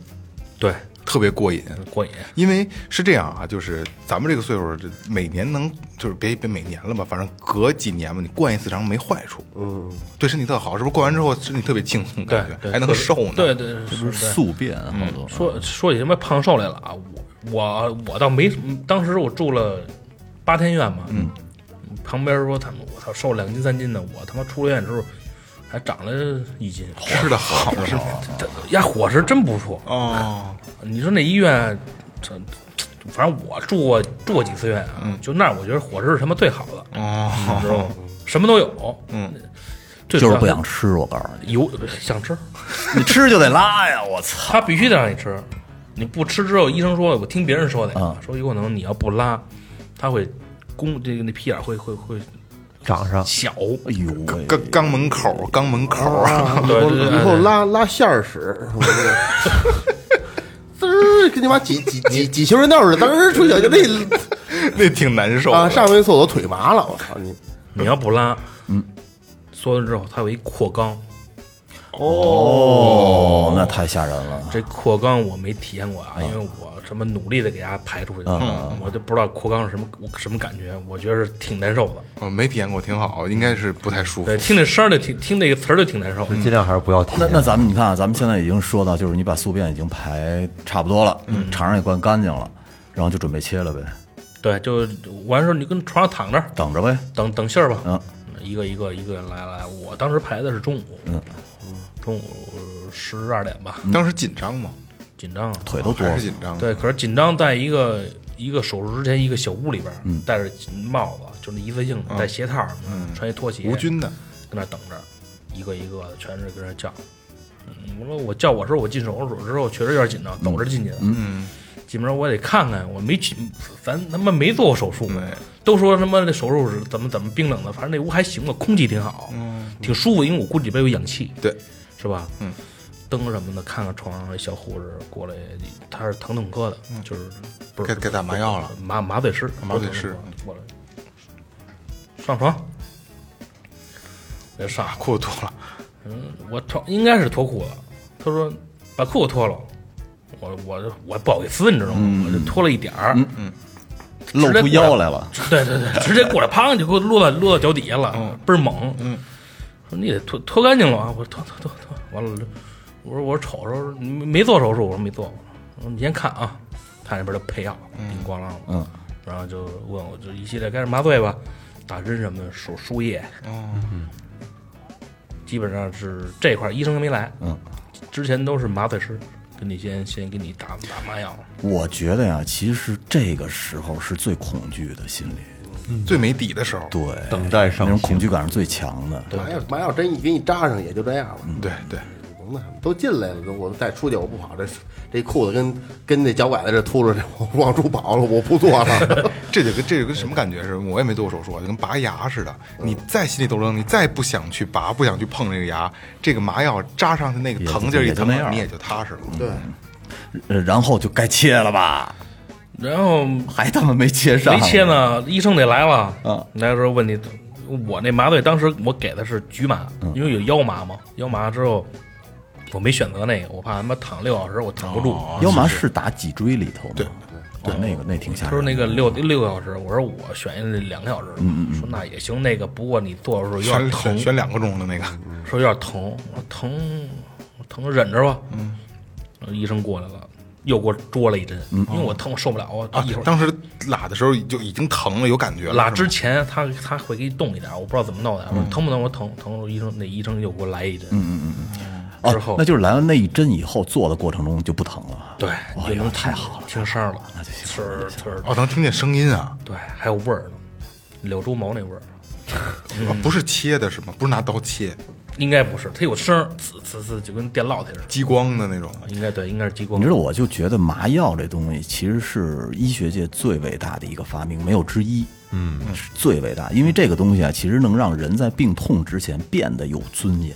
Speaker 6: 对，
Speaker 3: 特别过瘾。
Speaker 6: 过瘾，
Speaker 3: 因为是这样啊，就是咱们这个岁数，这每年能就是别别每年了吧，反正隔几年吧，你灌一次肠没坏处，嗯，对身体特好，是不是？灌完之后身体特别轻松，
Speaker 6: 对
Speaker 3: 感觉
Speaker 6: 对，
Speaker 3: 还能
Speaker 6: 特别
Speaker 3: 瘦呢。
Speaker 6: 对对
Speaker 5: 是不
Speaker 6: 是嗯
Speaker 5: 是
Speaker 6: 对。
Speaker 5: 宿便好多？
Speaker 6: 说说起什么胖瘦来了啊，我我我倒没，当时我住了八天院嘛，嗯，旁边说他们我操瘦两斤三斤的，我他妈出了院之后还长了一斤，
Speaker 3: 吃的好是吗？
Speaker 6: 这呀伙食真不错。
Speaker 3: 哦，
Speaker 6: 你说那医院，这反正我住过住过几次院啊，就那儿我觉得伙食是他妈最好的，你知道吗？什么都有，嗯，就
Speaker 5: 就是不想吃，我告诉你，
Speaker 6: 油想吃，
Speaker 5: 你吃就得拉呀！我操，
Speaker 6: 他必须得让你吃，你不吃之后，医生说了，我听别人说的，说有可能你要不拉，他会弓这个那屁眼儿会会会
Speaker 1: 长上
Speaker 6: 小，
Speaker 5: 哎呦喂，
Speaker 3: 肛肛门口，肛门口，
Speaker 4: 啊
Speaker 6: 对对对
Speaker 7: 以后拉拉线儿使， 滋儿跟你妈挤挤挤挤球人豆似的，滋儿出去就那
Speaker 3: 那挺难受的
Speaker 7: 啊，上回厕所腿麻了，我操你！
Speaker 6: 你要不拉，嗯，啊缩了之后，它有一扩肛，
Speaker 5: 哦，那太吓人了。
Speaker 6: 这扩肛我没体验过啊，啊因为我什么努力的给它排出去，我就不知道扩肛是什么什么感觉，我觉得是挺难受的。
Speaker 3: 我呃没体验过，挺好，应该是不太舒服
Speaker 6: 对，。听这声儿就挺听这个词儿就挺难受。
Speaker 1: 尽量还是不要提
Speaker 5: 那。那咱们你看啊，咱们现在已经说到，就是你把宿便已经排差不多了，肠上也灌干净了，然后就准备切了呗，
Speaker 6: 对，就完事儿你跟床上躺着，
Speaker 5: 等着呗。
Speaker 6: 等等信儿吧。
Speaker 5: 嗯，
Speaker 6: 一个一个一个来来，我当时排的是中午，嗯，中午十二点吧，
Speaker 3: 当时紧张吗？
Speaker 6: 紧张啊。
Speaker 5: 腿都多
Speaker 3: 还
Speaker 5: 了
Speaker 3: 是，紧张？，
Speaker 6: 对，可是紧张在一个一个手术之前一个小屋里边儿，戴着帽子，就那一次性的，戴鞋套儿，穿一拖鞋，
Speaker 3: 无菌的，
Speaker 6: 跟那儿等着，一个一个的全是跟那儿叫。嗯我说我叫我时候，我进手术室之后确实有点紧张，抖着进去的。嗯，进门我也得看看，我没去，咱他妈没做过手术，都说他妈那手术室怎么怎么冰冷的，反正那屋还行吧，空气挺好，
Speaker 3: 嗯
Speaker 6: 挺舒服，因为我估计里边有氧气，
Speaker 3: 对，
Speaker 6: 是吧？嗯，灯什么的，看看床上那小护士过来，他是疼痛科的，就是不
Speaker 3: 该
Speaker 6: 是嗯
Speaker 3: 该打麻药了。
Speaker 6: 麻麻醉师，
Speaker 3: 嗯啊麻醉师
Speaker 6: 不是疼痛科过来，上床，别上。
Speaker 3: 裤子啊脱了，
Speaker 6: 我脱应该是脱裤子，他说把裤子脱了，我我我不好给撕，你知道吗？我就脱了一点儿，
Speaker 5: 露出腰来了。
Speaker 6: 对对对，直接过来，砰就给我落到落到脚底下了，倍儿猛。嗯，说你得脱脱干净了啊！我说脱脱脱脱，完了，我说我瞅瞅，你没做手术，我说没做过。我说你先看啊，看那边就配药，叮咣啷，嗯，然后就问我就一系列该是麻醉吧，打针什么的，手输液，嗯，基本上是这块儿医生还没来，嗯，之前都是麻醉师给你先先给你打打麻药，
Speaker 5: 我觉得呀，其实这个时候是最恐惧的心理，
Speaker 3: 最没底的时候。
Speaker 5: 对，
Speaker 1: 等待
Speaker 5: 那
Speaker 1: 上
Speaker 5: 种
Speaker 1: 刑
Speaker 5: 恐惧感是最强的。
Speaker 6: 嗯
Speaker 7: 麻药麻药针一给你扎上也就这样了，
Speaker 3: 对对，
Speaker 4: 的，都进来了，我再出去我不跑，这这裤子跟跟那脚崴在这秃噜着， 我往出跑了，我不做了。
Speaker 3: 这就跟这就跟什么感觉是？我也没做过手术啊，就跟拔牙似的。你再心理斗争，你再不想去拔，不想去碰这个牙，这个麻药扎上去那个
Speaker 5: 也
Speaker 3: 疼劲儿一
Speaker 5: 也就
Speaker 3: 疼
Speaker 5: 那样，
Speaker 3: 你也就踏实了。
Speaker 4: 对，
Speaker 5: 呃然后就该切了吧，
Speaker 6: 然后
Speaker 5: 还他妈没切上，
Speaker 6: 没切，呢，医生得来了。
Speaker 5: 啊，
Speaker 6: 来的时候问你，我那麻醉当时我给的是局麻，
Speaker 5: 嗯
Speaker 6: 因为有腰麻嘛，腰麻之后我没选择那个，我怕他妈躺六小时我躺不住。
Speaker 5: 腰麻哦是打脊椎里头吗？
Speaker 3: 对
Speaker 5: 对，那个那挺吓
Speaker 6: 他
Speaker 5: 人。
Speaker 6: 说那个六六个小时，我说我选那两个小时吧，
Speaker 5: 嗯
Speaker 6: 说那也行，那个不过你做的时候有点
Speaker 3: 选
Speaker 6: 疼
Speaker 3: 选，选两个钟的那个，
Speaker 6: 说有点疼，我说疼疼忍着吧。嗯，医生过来了，又给我捉了一针，
Speaker 5: 嗯
Speaker 6: 因为我疼我受不了，我
Speaker 3: 啊
Speaker 6: 一会儿
Speaker 3: 当时拉的时候就已经疼了，有感觉了。
Speaker 6: 拉
Speaker 3: 是吗
Speaker 6: 之前他他会给你动一点，我不知道怎么弄的，
Speaker 5: 嗯
Speaker 6: 我说疼不疼？我说疼疼，我说医生那医生又给我来一针，之
Speaker 5: 哦
Speaker 6: 后，
Speaker 5: 那就是来了那一针以后，做的过程中就不疼了。
Speaker 6: 对，
Speaker 5: 哇
Speaker 6: 也
Speaker 5: 哟
Speaker 6: 能
Speaker 5: 哎太好了，
Speaker 6: 听声儿了，
Speaker 5: 那就行
Speaker 6: 呲儿呲儿，
Speaker 3: 哦，能听见声音啊，
Speaker 6: 对，还有味儿呢，柳州毛那味儿，
Speaker 3: 啊不是切的是吗？不是拿刀切，
Speaker 6: 应该不是，它有声儿，呲呲呲，就跟电烙铁似的，
Speaker 3: 激光的那种。
Speaker 6: 应该对，应该是激光。
Speaker 5: 你知道，我就觉得麻药这东西其实是医学界最伟大的一个发明，没有之一。嗯，是最伟大，因为这个东西啊，其实能让人在病痛之前变得有尊严。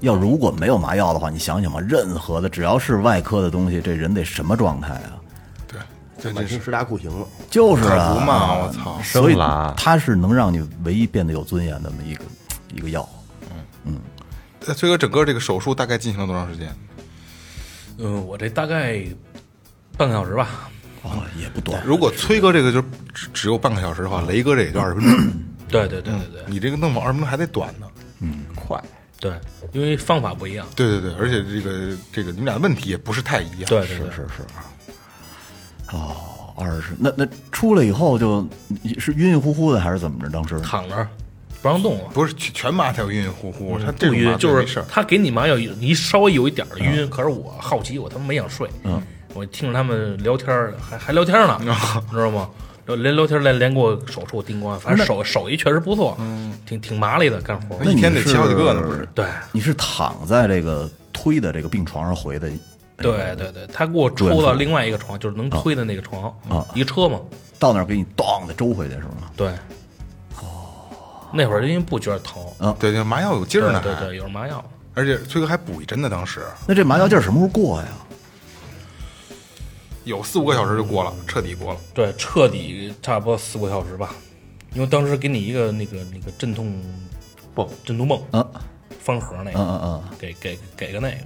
Speaker 5: 要如果没有麻药的话，你想想吧，任何的只要是外科的东西，这人得什么状态啊？
Speaker 3: 对，
Speaker 4: 这满清十大酷刑了，
Speaker 5: 就是
Speaker 3: 可
Speaker 5: 啊，
Speaker 3: 不嘛！我操，
Speaker 5: 所以
Speaker 1: 生拉
Speaker 5: 它是能让你唯一变得有尊严的那么一个一个药。
Speaker 3: 呃崔哥，整个这个手术大概进行了多长时间？
Speaker 6: 嗯，我这大概半个小时吧，
Speaker 5: 哦，也不短，
Speaker 3: 如果崔哥这个就只只有半个小时的话，雷哥这也就二十分 钟。
Speaker 6: 对对对对对
Speaker 5: 嗯
Speaker 3: 你这个弄完二十分钟还得短呢。
Speaker 1: 快，
Speaker 6: 对，因为方法不一样，
Speaker 3: 对对对，而且这个这个你们俩的问题也不是太一样。
Speaker 6: 对对对，
Speaker 5: 是是。哦，二十，那那出来以后就是晕晕乎乎的，还是怎么着？当时
Speaker 6: 躺那儿不让动了。
Speaker 3: 不是全全麻才有晕晕乎乎，他这
Speaker 6: 不
Speaker 3: 种麻
Speaker 6: 晕，
Speaker 3: 醉
Speaker 6: 就
Speaker 3: 没
Speaker 6: 是
Speaker 3: 事儿。嗯
Speaker 6: 他给你麻药，你稍微有一点儿晕，可是我好奇，我他妈没想睡，嗯，我听着他们聊天儿，还还聊天儿呢，你
Speaker 3: 嗯
Speaker 6: 知道吗？连聊天儿连连给我手术叮咣，反正手手艺确实不错，
Speaker 3: 嗯
Speaker 6: 挺挺麻利的干活儿，
Speaker 3: 一天得切好几个呢，不是？
Speaker 6: 对
Speaker 5: 你是躺在这个推的这个病床上回的，
Speaker 6: 对对对，他给我
Speaker 5: 住院
Speaker 6: 抽到
Speaker 5: 住
Speaker 6: 另外一个床，就是能推的那个床，
Speaker 5: 啊
Speaker 6: 一车嘛，
Speaker 5: 到那儿给你当的周回去是吗？
Speaker 6: 对，哦，那会儿因为不觉得疼，
Speaker 3: 对对，麻药有劲
Speaker 6: 对
Speaker 3: 儿呢，
Speaker 6: 对
Speaker 3: 还
Speaker 6: 对，有麻药，
Speaker 3: 而且崔哥还补一针呢，当时
Speaker 5: 那这麻药劲儿什么时候过呀？
Speaker 3: 有四五个小时就过了，彻底过了。
Speaker 6: 对，彻底差不多四五个小时吧，因为当时给你一个那个那个镇痛泵，镇痛泵，
Speaker 5: 嗯
Speaker 6: 方盒那个，
Speaker 5: 嗯嗯嗯
Speaker 6: 给给给个那个，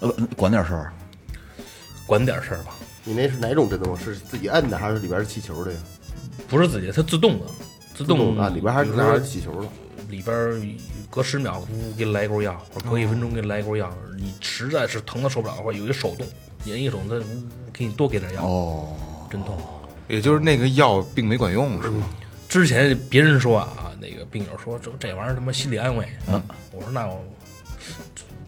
Speaker 5: 呃，管点事儿，
Speaker 6: 管点事儿吧，
Speaker 4: 你那是哪种震动？是自己摁的还是里边是气球的呀？
Speaker 6: 不是自己，它自动的，自动
Speaker 4: 啊，里边还是
Speaker 6: 比如
Speaker 4: 拿
Speaker 6: 说哦
Speaker 4: 着气球了。
Speaker 6: 里边儿隔十秒呜给你来一锅药，或者隔一分钟给你来一锅药，你实在是疼的受不了的话，有一个手动，你摁一手动，它呜给你多给点药，哦，镇痛。
Speaker 3: 也就是那个药并没管用，是吗？
Speaker 6: 之前别人说啊，那个病友说这这玩意儿他妈心理安慰，嗯，我说那我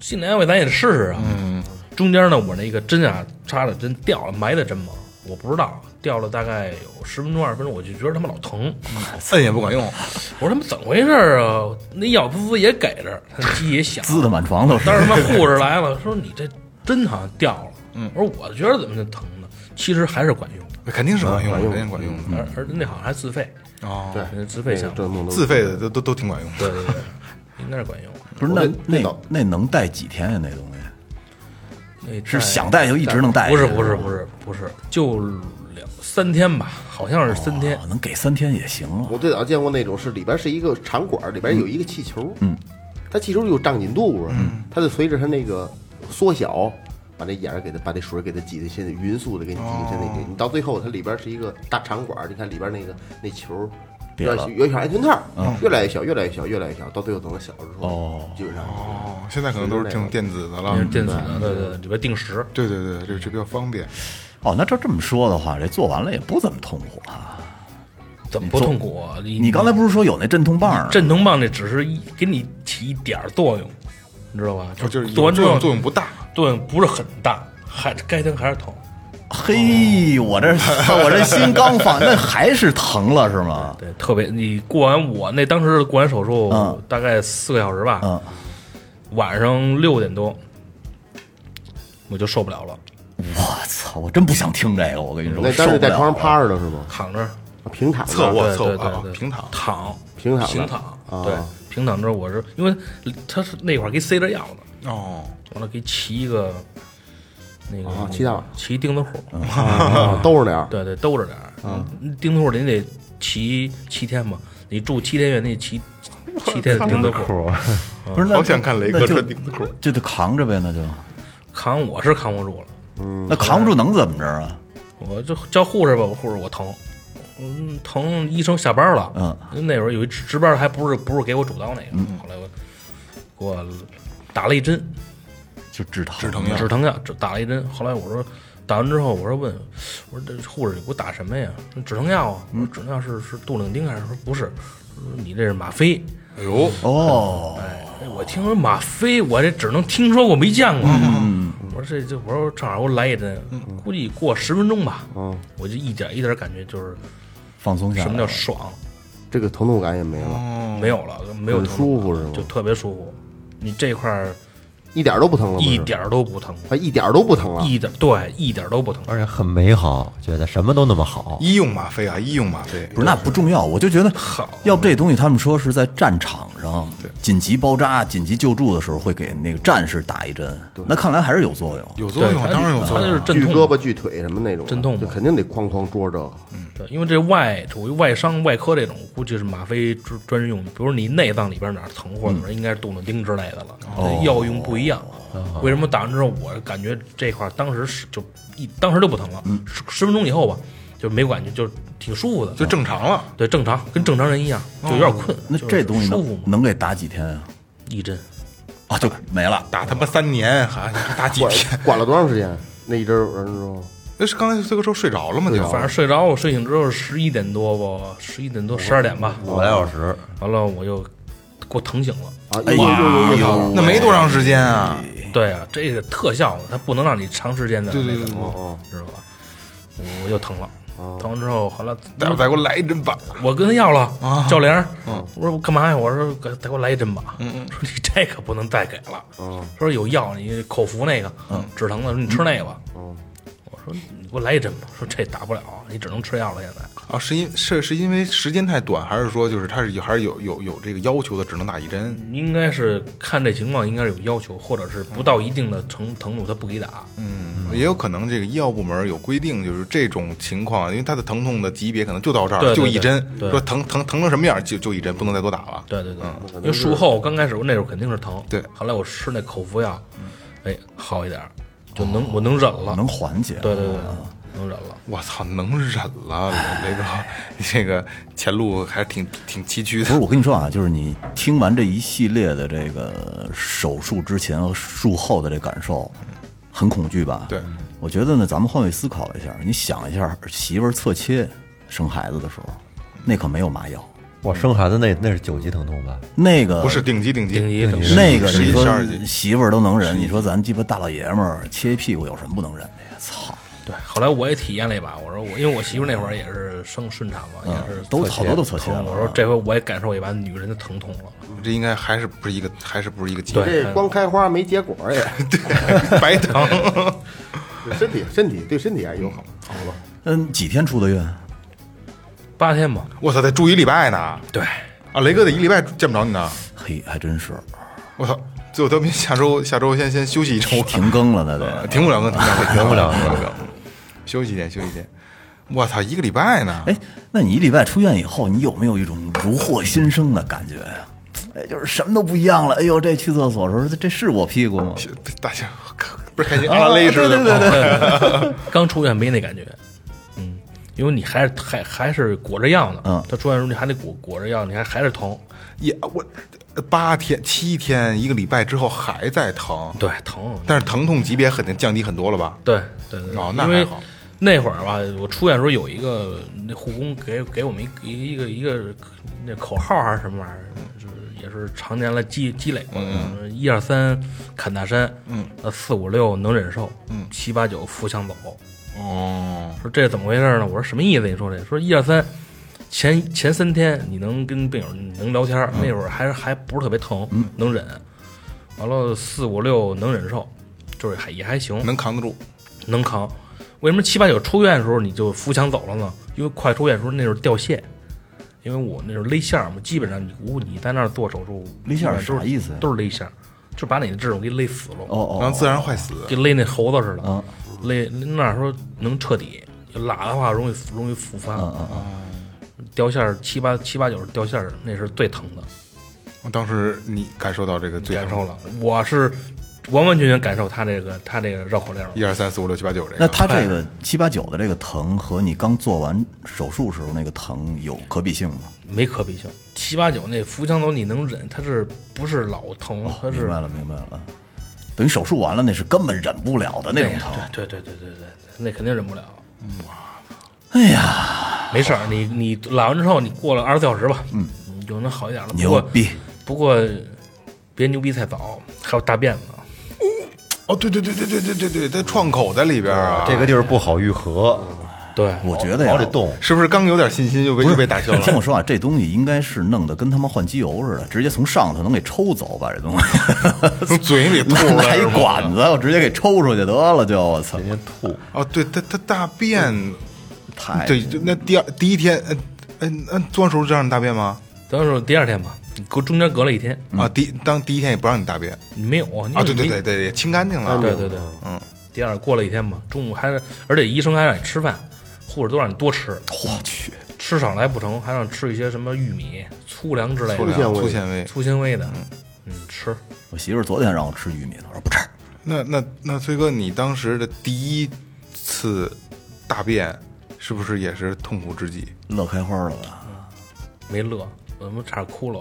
Speaker 6: 心理安慰咱也得试试啊，嗯，中间呢我那个针啊插的针掉了，埋的针嘛，我不知道掉了大概有十分钟二十分钟，我就觉得他妈老疼，嗯
Speaker 3: 摁也不管用，
Speaker 6: 我说他妈怎么回事儿啊？那药滋滋也给着，他 鸡也响，
Speaker 5: 滋的满床都是。
Speaker 6: 当时他妈护士来了，说你这针好像掉了。嗯，我说我觉得怎么就疼呢？其实还是管用 的，
Speaker 3: 肯定是管用，的，肯定管用的。
Speaker 6: 而而那好像还自费，
Speaker 3: 哦，
Speaker 6: 嗯对，自费项目，
Speaker 4: 震动都
Speaker 3: 自费的都都都挺管用的。
Speaker 6: 对对对， 应该是管用。
Speaker 5: 不是
Speaker 4: 我
Speaker 5: 那
Speaker 4: 这这
Speaker 5: 那
Speaker 4: 倒
Speaker 5: 那能戴几天呀？那东西
Speaker 6: 那
Speaker 5: 是想戴就一直能戴？
Speaker 6: 哎不是不是不是不是，就两三天吧，好像是三天
Speaker 5: 哦，，能给三天也行啊。
Speaker 4: 我最早见过那种是里边是一个长管，里边有一个气球，嗯，它气球有胀紧度啊，
Speaker 5: 嗯
Speaker 4: 它就随着它那个缩小，把那眼儿给它把那水给它挤的，现在匀速的给你挤进那
Speaker 5: 哦
Speaker 4: 里。你到最后它里边是一个大长管，你看里边那个那球。
Speaker 5: 瘪
Speaker 4: 越
Speaker 5: 了嗯
Speaker 4: 越小安全套，越来越小，越来越小，越来越小，到最后等它小了之后，基本上
Speaker 3: 哦，现在可能都是这种电子的了
Speaker 5: 哦
Speaker 3: 嗯
Speaker 6: 也。是电子的，对对对，里边定时。
Speaker 3: 对对对，这这比较方便。
Speaker 6: 嗯
Speaker 5: 哦，那照这么说的话，这做完了也不怎么痛苦啊。
Speaker 6: 怎么不痛苦啊？你
Speaker 5: 你刚才不是说有那镇痛棒儿？
Speaker 6: 镇痛棒那只是一给你起一点儿作用，你知道吧？
Speaker 3: 哦就是有
Speaker 6: 做完之
Speaker 3: 作
Speaker 6: 后
Speaker 3: 用作用不大，
Speaker 6: 作用不是很大，还该疼还是疼。
Speaker 5: 嘿，我 这我这心刚放，那还是疼了是吗？
Speaker 6: 对，特别你过完我那当时过完手术
Speaker 5: 嗯
Speaker 6: 大概四个小时吧，
Speaker 5: 嗯
Speaker 6: 晚上六点多，我就受不了了，
Speaker 5: 我操，我真不想听这个，我跟你说，
Speaker 4: 那当时
Speaker 5: 我受不
Speaker 4: 在
Speaker 5: 了
Speaker 4: 床上趴着呢是吗？啊
Speaker 6: 躺着
Speaker 4: 平躺着
Speaker 3: 侧卧
Speaker 6: 对
Speaker 3: 侧卧
Speaker 6: 对对
Speaker 3: 啊
Speaker 6: 对
Speaker 3: 平躺
Speaker 6: 躺
Speaker 4: 平躺着
Speaker 6: 平躺
Speaker 4: 啊，
Speaker 6: 对平躺着，我是因为他是那会儿给塞着药呢，
Speaker 3: 哦，
Speaker 6: 完了给骑一个那个
Speaker 4: 啊骑大马
Speaker 6: 骑钉子户，
Speaker 4: 啊兜着点儿，
Speaker 6: 对对，兜着点儿。嗯，钉子户你得骑七天嘛，你住七天院，你 得骑七天的钉子户。
Speaker 5: 不是，那
Speaker 3: 好想看雷
Speaker 5: 那
Speaker 3: 哥
Speaker 5: 就
Speaker 3: 穿丁字裤，
Speaker 5: 就得扛着呗，那就
Speaker 6: 扛我是扛不住了，
Speaker 4: 嗯
Speaker 5: 那扛不住能怎么着啊？
Speaker 6: 我就叫护士吧，我护士我疼，嗯，疼，医生下班了，嗯，那会儿有一值值班还不是不是给我主刀那
Speaker 4: 嗯
Speaker 6: 个，后来我给我打了一针
Speaker 5: 就止疼，
Speaker 3: 止疼药
Speaker 6: 止疼药，只打了一针，后来我说。打完之后，我说问，我说这护士给我打什么呀？止疼药啊，我
Speaker 3: 嗯
Speaker 6: 说止疼药是是杜冷丁还是说不是？说你这是吗啡，
Speaker 3: 哎呦，
Speaker 5: 哦，
Speaker 6: 哎，我听说吗啡，我这只能听说过没见过。
Speaker 3: 嗯
Speaker 6: 我说这这，我说正好给我来一针，估计过十分钟吧。
Speaker 4: 嗯
Speaker 6: 我就一点一点感觉就是
Speaker 5: 放松下来。
Speaker 6: 什么叫爽，
Speaker 4: 这个疼痛感也没了，
Speaker 3: 嗯
Speaker 6: 没有了，没有
Speaker 4: 很
Speaker 6: 疼
Speaker 4: 舒服是吗
Speaker 6: 就特别舒服。你这块儿
Speaker 4: 一点儿都不疼了吗？
Speaker 6: 一
Speaker 4: 是
Speaker 6: 点儿都不疼，
Speaker 4: 啊，一点儿都不疼了。
Speaker 6: 一点对一点儿都不疼。
Speaker 1: 而且很美好，觉得什么都那么好。
Speaker 3: 医用吗啡啊，医用吗啡，
Speaker 5: 不是那不重要，我就觉得，要不这东西他们说是在战场上紧急包扎、紧急救助的时候会给那个战士打一针，那看来还是有作用。
Speaker 3: 有作
Speaker 6: 对，
Speaker 3: 用，
Speaker 6: 它
Speaker 3: 当然有
Speaker 6: 它
Speaker 3: 作
Speaker 6: 就是
Speaker 3: 用。
Speaker 6: 镇
Speaker 4: 锯
Speaker 6: 痛
Speaker 4: 胳
Speaker 6: 嘛
Speaker 4: 膊、锯腿什么那种的，
Speaker 6: 镇痛
Speaker 4: 就
Speaker 6: 嘛
Speaker 4: 肯定得哐哐捉这个。
Speaker 6: 对，因为这外属于外伤、外科这种，估计是吗啡专专用。比如你内脏里边哪儿疼
Speaker 5: 嗯
Speaker 6: 或者哪儿应该是杜冷丁之类的了，
Speaker 5: 哦
Speaker 6: 这药用不一样。
Speaker 5: 啊
Speaker 6: 为什么打完之后我感觉这块儿当时是就一当时就不疼
Speaker 5: 嗯
Speaker 6: 了，十十分钟以后吧就没感觉，就挺舒服的，
Speaker 3: 就正常了，
Speaker 6: 对正常，跟正常人一样，就有点困。
Speaker 5: 哦那
Speaker 6: 就是
Speaker 5: 这东西
Speaker 6: 舒服
Speaker 5: 能
Speaker 6: 嘛？
Speaker 5: 能给打几天啊？
Speaker 6: 一针
Speaker 5: 啊，就没了。
Speaker 3: 打他妈三年 还打几
Speaker 4: 管
Speaker 3: 天？
Speaker 4: 管了多长时间？那一针儿完了之后，
Speaker 3: 那是刚才这个时候睡着了吗？
Speaker 5: 哦
Speaker 3: 就
Speaker 6: 反正睡着，我睡醒之后十一点多吧，十一点多十二点吧，
Speaker 5: 哦
Speaker 1: 五个来小时，
Speaker 6: 完了我又给我疼醒了。
Speaker 4: 啊，又又又又疼了。
Speaker 3: 哎那没多长时间啊，
Speaker 6: 对啊，这个特效它不能让你长时间的那个，知道吧？嗯我又疼了，疼完之后，后来
Speaker 3: 大夫再给我来一针吧。
Speaker 6: 我跟他要了，
Speaker 3: 啊
Speaker 6: 教练，
Speaker 3: 嗯
Speaker 6: 我说我干嘛呀？我说给再给我来一针吧， 说你这个不能再给了，说有药，你口服那个
Speaker 3: 嗯
Speaker 6: 止疼的，说你吃那个吧。我说你给我来一针吧，说这打不了，你只能吃药了。现在
Speaker 3: 啊，是因是是因为时间太短，还是说就是它是还是有有有这个要求的，只能打一针？
Speaker 6: 应该是看这情况，应该是有要求，或者是不到一定的程程度他不给打。
Speaker 3: 嗯，也有可能这个医药部门有规定，就是这种情况，因为它的疼痛的级别可能就到这儿，
Speaker 6: 对对
Speaker 3: 就一针，
Speaker 6: 对
Speaker 3: 说疼疼疼成什么样就就一针，不能再多打了。
Speaker 6: 对对对，因为术后刚开始我那时候肯定是疼，
Speaker 3: 对嗯
Speaker 6: 后来我吃那口服药，哎，好一点儿，就
Speaker 3: 哦
Speaker 6: 能我能忍了，
Speaker 5: 啊能缓解，
Speaker 6: 对对对，能忍了。
Speaker 3: 我操，能忍了，雷哥，你这个前路还挺挺崎岖
Speaker 5: 不是
Speaker 3: 的。
Speaker 5: 我跟你说啊，就是你听完这一系列的这个手术之前和术后的这感受，很恐惧吧？
Speaker 3: 对，
Speaker 5: 我觉得呢，咱们换位思考一下，你想一下，媳妇儿侧切生孩子的时候，那可没有麻药，
Speaker 1: 我生孩子那那是九级疼痛吧？
Speaker 5: 那个
Speaker 3: 不是顶级顶级
Speaker 6: 顶级顶级
Speaker 5: 那个，
Speaker 3: 十一
Speaker 5: 你说
Speaker 3: 十二级
Speaker 5: 媳妇儿都能忍，你说咱鸡巴大老爷们儿切一屁股有什么不能忍的呀？操，
Speaker 6: 对，后来我也体验了一把，我说我因为我媳妇那会儿也是生顺产嘛，也是
Speaker 5: 都好多都侧切
Speaker 6: 疼，
Speaker 5: 了。
Speaker 6: 我说这回我也感受一把女人的疼痛了。
Speaker 3: 这应该还是不是一个还是不是一个级别，
Speaker 4: 这光开花没结果也，
Speaker 3: 白疼。
Speaker 4: 对身体身体对身体还友好。
Speaker 5: 嗯，几天出的院？
Speaker 6: 八天吧，
Speaker 3: 我操，得住一礼拜呢。
Speaker 6: 对，
Speaker 3: 啊，雷哥得一礼拜见不着你呢。
Speaker 5: 嘿，还真是
Speaker 3: 我操，最后调频下周下周先先休息一周，
Speaker 5: 停更了，那得。
Speaker 3: 啊停不 了更，停不了更，停不了更，休息一天，休息一天。我操，一个礼拜呢！
Speaker 5: 哎，那你一礼拜出院以后，你有没有一种如获新生的感觉呀？哎，就是什么都不一样了。哎呦，这去厕所的时候，这这是我屁股吗？
Speaker 3: 大家不是 开心阿拉蕾似的吗，
Speaker 6: 刚出院没那感觉，嗯，因为你还是还还是裹着药呢，
Speaker 5: 嗯
Speaker 6: 她出院的时候你还得裹裹着药，你还还是疼，
Speaker 3: 也我八天、七天、一个礼拜之后还在疼，
Speaker 6: 对，疼，
Speaker 3: 但是疼痛级别肯定降低很多了吧？
Speaker 6: 对对对，
Speaker 3: 哦那
Speaker 6: 因为
Speaker 3: 还好
Speaker 6: 那会儿吧，我出院的时候有一个那护工给给我们一一个一个那口号还是什么玩意儿，就是也是常年来积积累过的，
Speaker 3: 嗯
Speaker 6: 一二三砍大山，嗯，四五六能忍受，嗯，七八九扶墙走。
Speaker 3: 哦，
Speaker 6: 说这怎么回事呢？我说什么意思？你说这？说一二三，前前
Speaker 3: 嗯
Speaker 6: 三天你能跟病友能聊天，那会儿还是还不是特别疼，能忍。完了四五六能忍受，就是还也还行，
Speaker 3: 能扛得住。
Speaker 6: 能扛。为什么七八九出院的时候你就扶墙走了呢？因为快出院的时候那时候掉线，因为我那时候勒线儿嘛，基本上你无你在那儿做手术，
Speaker 5: 勒线儿
Speaker 6: 基本上
Speaker 5: 啥
Speaker 6: 都是
Speaker 5: 意思呀
Speaker 6: 都是勒线儿，就把你的这种给勒死了。
Speaker 5: 哦哦，
Speaker 3: 然后自然坏死，
Speaker 6: 就勒那猴子似的，
Speaker 5: 嗯
Speaker 6: 勒那时候能彻底，拉的话容易容易复发，
Speaker 5: 嗯嗯
Speaker 6: 掉线儿七八七八九是掉线儿，那是最疼的，
Speaker 3: 我当时你感受到这个最
Speaker 6: 感受了，我是完完全全感受他这个他这个绕口令了，
Speaker 3: 一二三四五六七八九这个。哎
Speaker 5: 那他
Speaker 6: 哎
Speaker 5: 这个七八九的这个疼和你刚做完手术时候那个疼有可比性吗？
Speaker 6: 没可比性。七八九那腹腔头你能忍，他是不是老疼？他
Speaker 5: 哦明
Speaker 6: 是
Speaker 5: 白了，明白了。等于手术完了，那是根本忍不了的那种疼。
Speaker 6: 对对对对对对，那肯定忍不了。
Speaker 5: 哎呀，
Speaker 6: 没事儿，你你拉完之后，你过了二十四小时吧，嗯，就能好一点了。不
Speaker 5: 牛
Speaker 6: 过
Speaker 5: 逼！
Speaker 6: 不过别牛逼太早，还有大便呢。
Speaker 3: 哦，对对对对对对对对，他创口在里边啊，
Speaker 1: 这个地儿不好愈合，
Speaker 6: 对，
Speaker 5: 我觉得
Speaker 1: 老
Speaker 5: 呀
Speaker 1: 得，动。
Speaker 3: 是不是刚有点信心就被又被打消
Speaker 5: 你听我
Speaker 3: 了？
Speaker 5: 说啊，这东西应该是弄得跟他妈换机油似的，直接从上头能给抽走，把这东西
Speaker 3: 从 嘴里 吐出
Speaker 5: 拿
Speaker 3: 来
Speaker 5: 一
Speaker 3: 是吗
Speaker 5: 管子，我直接给抽出去得了，就我操，
Speaker 3: 哦，对，他他大便，
Speaker 6: 哎
Speaker 5: 太
Speaker 3: 对，就那第二第一天，嗯嗯嗯，做完手术就让你大便吗？
Speaker 6: 当时第二天吧，隔中间隔了一天，
Speaker 3: 啊，第当第一天也不让你大便
Speaker 6: 没有啊
Speaker 3: 啊，对对对，对，对清干净
Speaker 6: 你
Speaker 3: 了，
Speaker 6: 对对对，嗯。第二过了一天嘛，中午还是，而且医生还让你吃饭，护士都让你多吃，
Speaker 5: 我去，
Speaker 6: 吃少了还不成，还让吃一些什么玉米、粗粮之类
Speaker 3: 粗
Speaker 6: 的，
Speaker 3: 粮
Speaker 4: 粗纤维
Speaker 3: 粗纤维。
Speaker 6: 粗纤维的，嗯，吃。
Speaker 5: 我媳妇儿昨天让我吃玉米，我说不吃，
Speaker 3: 那那那崔哥，你当时的第一次大便是不是也是痛苦至极？
Speaker 5: 乐开花了吧？
Speaker 6: 没乐，我他妈差点哭了，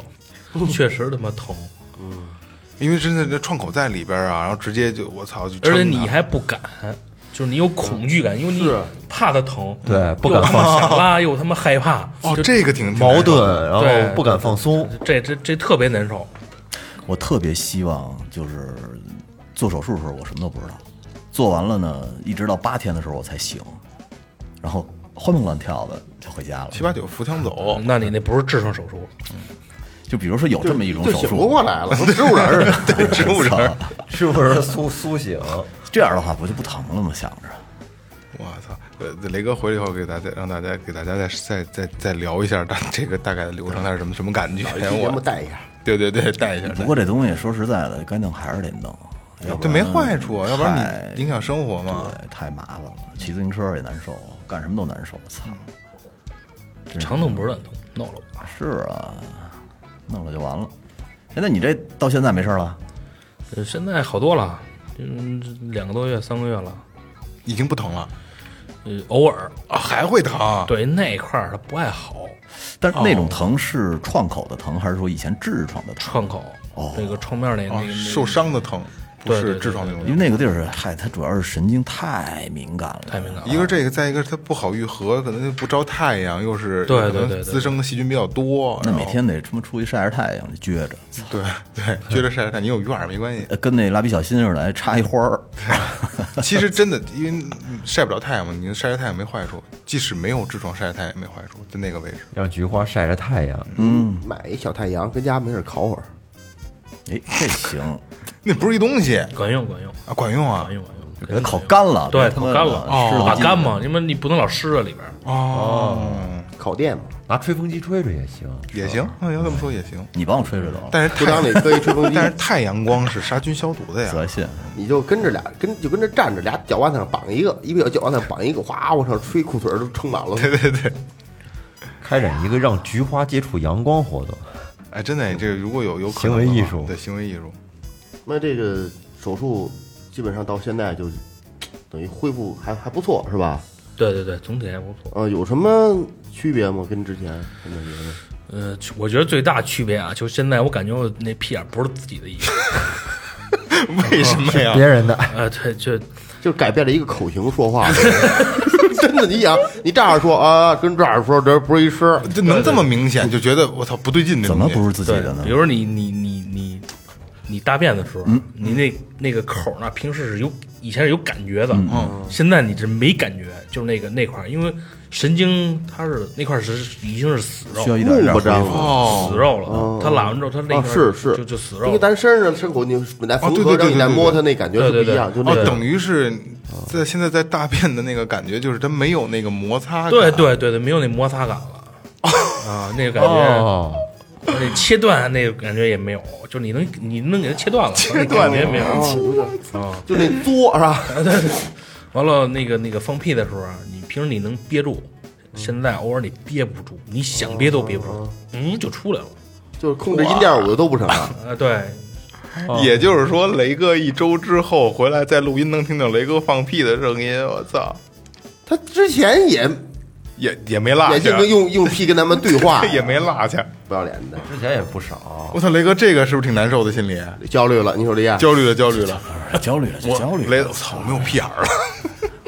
Speaker 6: 确实他妈疼，
Speaker 3: 因为真的这创口在里边啊，然后直接就我操，就
Speaker 6: 而且
Speaker 3: 撑嗯
Speaker 6: 你
Speaker 3: 它
Speaker 6: 还不敢，就是你有恐惧感，因为你怕它疼，
Speaker 1: 对不敢
Speaker 6: 又
Speaker 1: 放
Speaker 6: 想 拉，又他妈害怕，
Speaker 3: 哦，
Speaker 6: 就
Speaker 3: 这个挺
Speaker 1: 矛，盾，然
Speaker 6: 对
Speaker 1: 后不敢放松。
Speaker 6: 这这这特别难受，
Speaker 5: 我特别希望就是做手术的时候我什么都不知道，做完了呢，一直到八天的时候我才醒，然后欢蹦乱跳的就回家了。
Speaker 3: 挺难受七八九扶墙走，
Speaker 6: 那你那不是痔疮手术，
Speaker 5: 就比如说有这么一种
Speaker 4: 就
Speaker 5: 手
Speaker 4: 醒不
Speaker 5: 术，
Speaker 4: 过来了，都植物人儿 了。
Speaker 5: 对，植物人，
Speaker 1: 是不是苏苏醒？
Speaker 5: 这样的话不就不疼了吗？想着，
Speaker 3: 我操！呃，雷哥回来以后给大家让大家给大家再再再再聊一下，大这个大概的流程，它是什么什么感觉？
Speaker 4: 节目
Speaker 3: 哎我
Speaker 4: 带一下，
Speaker 3: 对对对，带一下，
Speaker 5: 不过这东西说实在的，该弄还是得弄，要不
Speaker 3: 这
Speaker 5: 然
Speaker 3: 没坏处啊，要不然
Speaker 5: 太
Speaker 3: 你影响生活嘛。
Speaker 5: 对太麻烦了，骑自行车也难受，干什么都难受，操！
Speaker 3: 嗯
Speaker 6: 肠疼不是很疼，弄了吧。
Speaker 5: 是啊，弄了就完了。现在你这到现在没事儿了？
Speaker 6: 呃，现在好多了，嗯，两个多月、三个月了。
Speaker 3: 已经不疼了
Speaker 6: 呃，偶尔
Speaker 3: 啊，还会疼？
Speaker 6: 对那块儿它不爱好，
Speaker 5: 但是那
Speaker 3: 哦
Speaker 5: 种疼是创口的疼，还是说以前痔疮的疼？
Speaker 6: 创口那个创面儿那
Speaker 3: 啊
Speaker 6: 那，个
Speaker 3: 受伤的疼，不
Speaker 6: 对对
Speaker 3: 是
Speaker 6: 对
Speaker 3: 痔疮那种
Speaker 5: 因为。那个地儿，嗨，它主要是神经太敏感了，
Speaker 6: 太敏感了。
Speaker 3: 啊一个是这个，再一个是它不好愈合，可能就不照太阳，又是
Speaker 6: 对对
Speaker 3: 可能
Speaker 6: 对对
Speaker 3: 滋生的细菌比较多。
Speaker 5: 那
Speaker 3: 然后
Speaker 5: 每天得他妈出去晒晒太阳，撅着，操
Speaker 3: 对对，觉得晒晒太阳，你有院儿没关系。
Speaker 5: 呃跟那蜡笔小新似的，还插一花儿。
Speaker 3: 其实真的，因为晒不了太阳嘛，你晒晒太阳没坏处，即使没有痔疮，晒晒太阳也没坏处，在那个位置。
Speaker 1: 让菊花晒着太阳，
Speaker 4: 买一小太阳，跟家没事儿烤会儿。
Speaker 5: 哎，这行，
Speaker 3: 那不是一东西啊，
Speaker 6: 管用管用
Speaker 3: 管用啊
Speaker 6: 管！用管用，
Speaker 5: 给它烤干了，
Speaker 6: 对，
Speaker 5: 别他
Speaker 6: 烤
Speaker 5: 妈
Speaker 6: 哎干了，
Speaker 5: 湿
Speaker 6: 怕
Speaker 5: 了
Speaker 6: 干嘛？因为你不能老湿着里边儿。
Speaker 3: 哦，
Speaker 4: 烤店嘛，
Speaker 1: 拿吹风机吹吹也行。
Speaker 3: 也行，那要这么说也行。
Speaker 5: 你帮我吹吹得了，
Speaker 3: 但是
Speaker 4: 裤
Speaker 3: 太
Speaker 4: 裆里搁一吹风机
Speaker 3: 但，是太阳光是杀菌消毒的呀。
Speaker 5: 泽信，
Speaker 4: 你就跟着俩跟就跟着站着，俩脚腕子上绑一个，一个脚腕子上绑一个，哗往上吹，裤腿儿都撑满了。
Speaker 3: 对对对，
Speaker 1: 开展一个让菊花接触阳光活动，
Speaker 3: 哎，真的，这个如果有有可
Speaker 1: 行
Speaker 3: 能
Speaker 1: 为
Speaker 3: 的
Speaker 1: 艺
Speaker 3: 话
Speaker 1: 术
Speaker 3: 对行为艺术，
Speaker 4: 那这个手术基本上到现在就等于恢复还还不错，是吧？
Speaker 6: 对对对，总体还不错。
Speaker 4: 呃，有什么区别吗？跟之前跟之前
Speaker 6: 呃，我觉得最大区别啊，就现在我感觉我那屁眼不是自己的 意思。
Speaker 3: 为什么呀？
Speaker 1: 别人的
Speaker 6: 呃，对，就
Speaker 4: 就改变了一个口型说话， 真的，你想你这样说啊，跟这样说，这不是一声儿。
Speaker 3: 这能这么明显就觉得我操不对劲，这
Speaker 5: 怎
Speaker 3: 东
Speaker 5: 么
Speaker 3: 西
Speaker 5: 不是自己
Speaker 6: 对
Speaker 5: 的呢
Speaker 6: 比？如说你你你你你大便的时候，你那那个口儿呢，平时是有以前是有感觉的，嗯，现在你这没感觉，就是那个那块儿，因为神经它是那块儿是已经是死肉，
Speaker 5: 需要一点
Speaker 4: 木
Speaker 5: 让
Speaker 4: 不张啊了。
Speaker 3: 哦
Speaker 6: 死肉了。它拉完之后，它那
Speaker 4: 啊
Speaker 6: 块儿
Speaker 4: 是是
Speaker 6: 就就死
Speaker 4: 因
Speaker 6: 肉
Speaker 4: 为
Speaker 6: 了。
Speaker 4: 咱身上伤口，你本来缝
Speaker 3: 对
Speaker 4: 合
Speaker 3: 对对
Speaker 4: 着，你再
Speaker 3: 对对
Speaker 4: 摸
Speaker 3: 对
Speaker 4: 它那感觉是不一样，就
Speaker 6: 对对
Speaker 4: 那
Speaker 3: 哦，
Speaker 4: 个
Speaker 3: 等于是在现在在大便的那个感觉，就是它没有那个摩擦感。
Speaker 6: 对对对对，没有那摩擦感了啊，那个感觉，
Speaker 1: 哦，
Speaker 6: 那切断那个感觉也没有，就你能你能给它切断了，切断哦感觉没有。
Speaker 4: 就那作是吧？
Speaker 6: 完了，那个那个放屁的时候啊，你平时你能憋住，现在偶尔你憋不住，你想憋都憋不住，嗯，就出来了。
Speaker 4: 就是控制音调，我就都不成了。
Speaker 6: 啊，对，
Speaker 3: 也就是说，雷哥一周之后回来，在录音能听到雷哥放屁的声音。我操，
Speaker 4: 他之前也
Speaker 3: 也也没落
Speaker 4: 也
Speaker 3: 下，
Speaker 4: 就，跟用用屁跟咱们对话
Speaker 3: 也没落下。
Speaker 4: 不要脸的，
Speaker 1: 之前也不少，
Speaker 3: 我操，雷哥这个是不是挺难受的？心里
Speaker 4: 焦虑了，你说这样，
Speaker 3: 焦虑了，焦虑了。
Speaker 5: 啊焦虑了，就
Speaker 3: 我
Speaker 5: 焦虑
Speaker 3: 雷，
Speaker 5: 了
Speaker 3: 我。操，我没有屁眼儿了。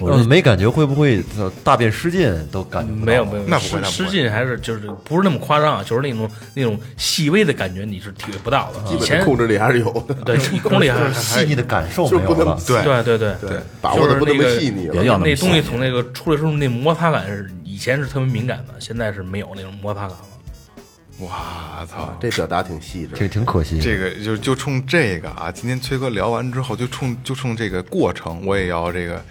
Speaker 1: 嗯没感觉会不会呃大便失禁都感觉不到
Speaker 6: 没有没有，
Speaker 3: 那不会
Speaker 6: 失
Speaker 3: 那不会
Speaker 6: 失禁还是就是不是那么夸张啊，就是那种那种细微的感觉你是体会不到的。啊以
Speaker 4: 基本
Speaker 6: 前
Speaker 4: 的控制力还是有的，
Speaker 6: 对一公里 还是
Speaker 1: 细腻的感受
Speaker 4: 就
Speaker 1: 没
Speaker 4: 是不
Speaker 1: 有
Speaker 4: 那
Speaker 1: 了
Speaker 4: 么。
Speaker 3: 对
Speaker 6: 对对对对，
Speaker 4: 把握的不那么
Speaker 6: 就是那个
Speaker 4: 细腻
Speaker 5: 也
Speaker 4: 了。
Speaker 5: 要那
Speaker 6: 那
Speaker 5: 么
Speaker 6: 东
Speaker 5: 细
Speaker 6: 西从那个出来时候那摩擦感是以前是特别敏感的，现在是没有那种摩擦感了。
Speaker 3: 哇操，
Speaker 4: 这表达挺细致，
Speaker 1: 挺挺可惜的，
Speaker 3: 这个就就冲这个啊！今天崔哥聊完之后，就冲就冲这个过程，我也要这个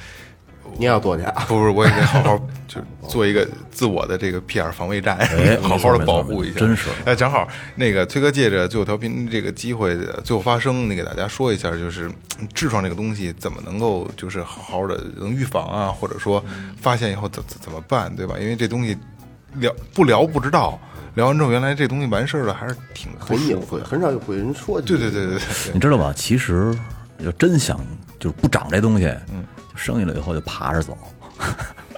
Speaker 4: 你也要做去啊。
Speaker 3: 不是，我也得好好就做一个自我的这个 PR 防卫战， 好好的保护一下。
Speaker 5: 哎没错没错真是
Speaker 3: 哎，正好那个崔哥借着最后调频这个机会，呃最后发声，你给大家说一下，就是嗯痔疮这个东西怎么能够就是好好的能预防啊，或者说发现以后怎怎怎么办，对吧？因为这东西聊不聊不知道，聊完之后原来这东西完事儿了，还是挺不
Speaker 4: 很
Speaker 3: 舒
Speaker 4: 隐
Speaker 3: 服
Speaker 4: 晦，
Speaker 3: 的。
Speaker 4: 很少有会人说。
Speaker 3: 对对，对对对，
Speaker 5: 你 知道吧？其实就真想就是不长这东西，生下来以后就爬着走。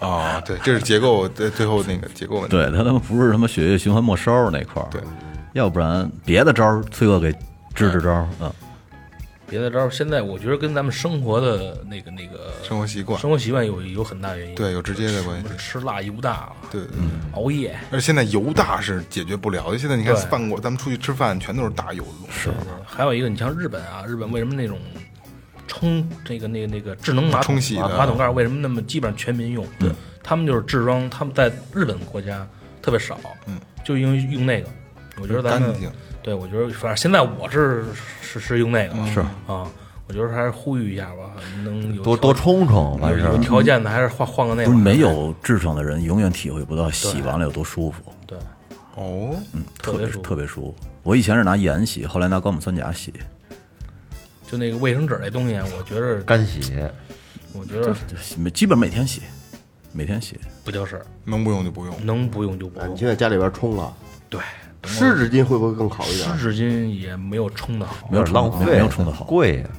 Speaker 3: 啊、对，这是结构，对最后那个结构问题。
Speaker 5: 对他他妈不是什么血液循环末梢儿那块儿，
Speaker 3: 对，
Speaker 5: 要不然别的招儿崔哥给支支招儿，嗯，
Speaker 6: 别的招儿，现在我觉得跟咱们生活的那个那个
Speaker 3: 生活习惯
Speaker 6: 生活习惯有有很大原因。
Speaker 3: 对有直接的关系
Speaker 6: 什么吃辣油大了，
Speaker 3: 对对对。
Speaker 6: 熬夜，
Speaker 3: 而且现在油大是解决不了的。现在你看
Speaker 6: 对
Speaker 3: 饭馆，咱们出去吃饭全都是大油的东西。是
Speaker 6: 嗯还有一个，你像日本啊，日本为什么那种冲那个那个那个智能马桶
Speaker 3: 冲洗的嗯
Speaker 6: 马桶盖为什么那么基本上全民用？对，他们就是痔疮，他们在日本国家特别少，嗯，就因为用那个，我觉得咱们
Speaker 3: 干净
Speaker 6: 对我觉得反正现在我是是是用那
Speaker 3: 嗯
Speaker 6: 个是啊，我觉得还是呼吁一下吧，能有
Speaker 1: 多多冲冲完事
Speaker 6: 有
Speaker 1: 儿
Speaker 6: 有。条件的还是换换个那个，
Speaker 5: 不是没有痔疮的人永远体会不到洗完了有多舒服，
Speaker 6: 对，
Speaker 3: 哦，
Speaker 5: 特
Speaker 6: 特别
Speaker 5: 别
Speaker 6: 舒服
Speaker 5: 特别舒服。我以前是拿盐洗，后来拿高锰酸钾洗，
Speaker 6: 就那个卫生纸那东西啊，我觉得
Speaker 1: 干洗，
Speaker 6: 我觉得
Speaker 5: 就洗基本每天洗，每天洗。
Speaker 6: 不叫事儿，
Speaker 3: 能不用就不用。
Speaker 6: 能不用就不
Speaker 4: 啊，你
Speaker 6: 用，
Speaker 4: 现在家里边冲了，
Speaker 6: 对。
Speaker 4: 湿纸巾会不会更好一点？
Speaker 6: 湿纸巾也没有冲的好，
Speaker 5: 没有
Speaker 1: 有点浪
Speaker 5: 冲
Speaker 1: 费，
Speaker 5: 没有冲得好
Speaker 1: 贵啊呀。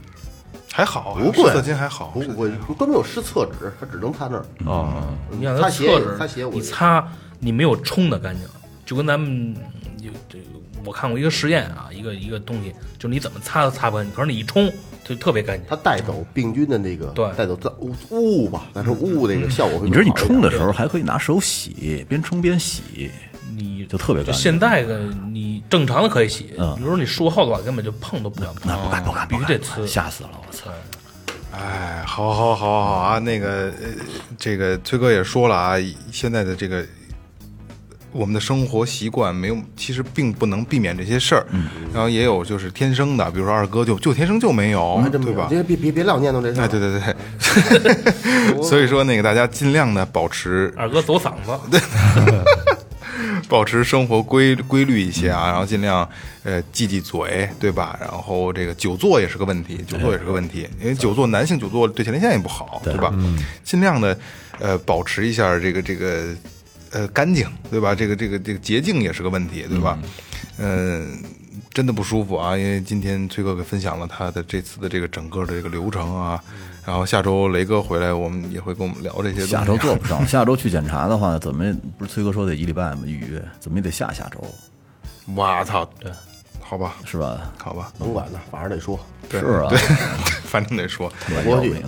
Speaker 3: 还好，啊
Speaker 4: 不贵，
Speaker 3: 色巾还好。
Speaker 4: 不贵，专门有湿厕纸，它只能擦那儿。
Speaker 1: 啊，
Speaker 6: 你想
Speaker 4: 擦
Speaker 6: 它
Speaker 4: 鞋也
Speaker 6: 厕纸，
Speaker 4: 擦鞋我
Speaker 6: 你
Speaker 4: 觉得
Speaker 6: 擦你没有冲的干净，就跟咱们嗯有这个我看过一个实验啊，一个一个东西，就是你怎么擦都擦不干净，可是你一冲就特别干净。
Speaker 4: 它带走病菌的那个，
Speaker 6: 对
Speaker 4: 带走脏污污吧，但是污那个效果会更好一点。
Speaker 5: 你知道你冲的时候还可以拿手洗，边冲边洗，
Speaker 6: 你
Speaker 5: 就特别
Speaker 6: 就
Speaker 5: 干净。
Speaker 6: 现在的你正常的可以洗，
Speaker 5: 嗯
Speaker 6: 比如说你术后的话，根本就碰都不想碰
Speaker 5: 那，不敢不敢，
Speaker 6: 必
Speaker 5: 不
Speaker 6: 须
Speaker 5: 敢
Speaker 6: 得
Speaker 5: 不敢
Speaker 6: 呲。
Speaker 5: 吓死了！我操，
Speaker 3: 哎，好好好好啊！那个，呃这个崔哥也说了啊，现在的这个我们的生活习惯没有，其实并不能避免这些事儿。
Speaker 4: 嗯
Speaker 3: 然后也有就是天生的，比如说二哥就就天生就没有，
Speaker 4: 还真没
Speaker 3: 对
Speaker 4: 有
Speaker 3: 吧？
Speaker 4: 别别别别老念叨这事
Speaker 3: 哎，
Speaker 4: 儿。
Speaker 3: 对对对， 所以说那个大家尽量的保持
Speaker 6: 二哥走嗓子， 对，
Speaker 3: 保持生活规规律一些
Speaker 5: 嗯
Speaker 3: 啊，然后尽量呃忌忌嘴，对吧？然后这个久坐也是个问
Speaker 5: 哎
Speaker 3: 题，久坐也是个问题，因为久坐男性久坐对前列腺也不好，对吧？
Speaker 5: 嗯
Speaker 3: 尽量的呃保持一下这个这个呃干净，对吧？这个这个这个洁净也是个问题，对吧？嗯、真的不舒服啊，因为今天崔哥给分享了他的这次的这个整个的这个流程啊，然后下周雷哥回来，我们也会跟我们聊这些东西啊。
Speaker 5: 嗯下周做不上，下周去检查的话，怎么也不是崔哥说得一礼拜吗？预约怎么也得下下周，
Speaker 3: 哇操，对，好吧，
Speaker 5: 是吧？
Speaker 3: 好 吧。
Speaker 4: 甭管了，反正得说，
Speaker 5: 是啊，
Speaker 3: 反正得说，
Speaker 5: 我
Speaker 4: 我
Speaker 5: 要
Speaker 4: 去
Speaker 5: 命。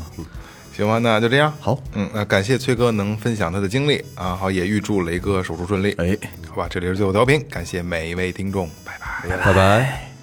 Speaker 3: 行吧，那就这样。
Speaker 5: 好，
Speaker 3: 嗯，那感谢崔哥能分享他的经历啊，好，也预祝雷哥手术顺利。
Speaker 5: 哎。
Speaker 3: 好吧，这里是最后调频，感谢每一位听众，拜拜。
Speaker 1: 拜拜。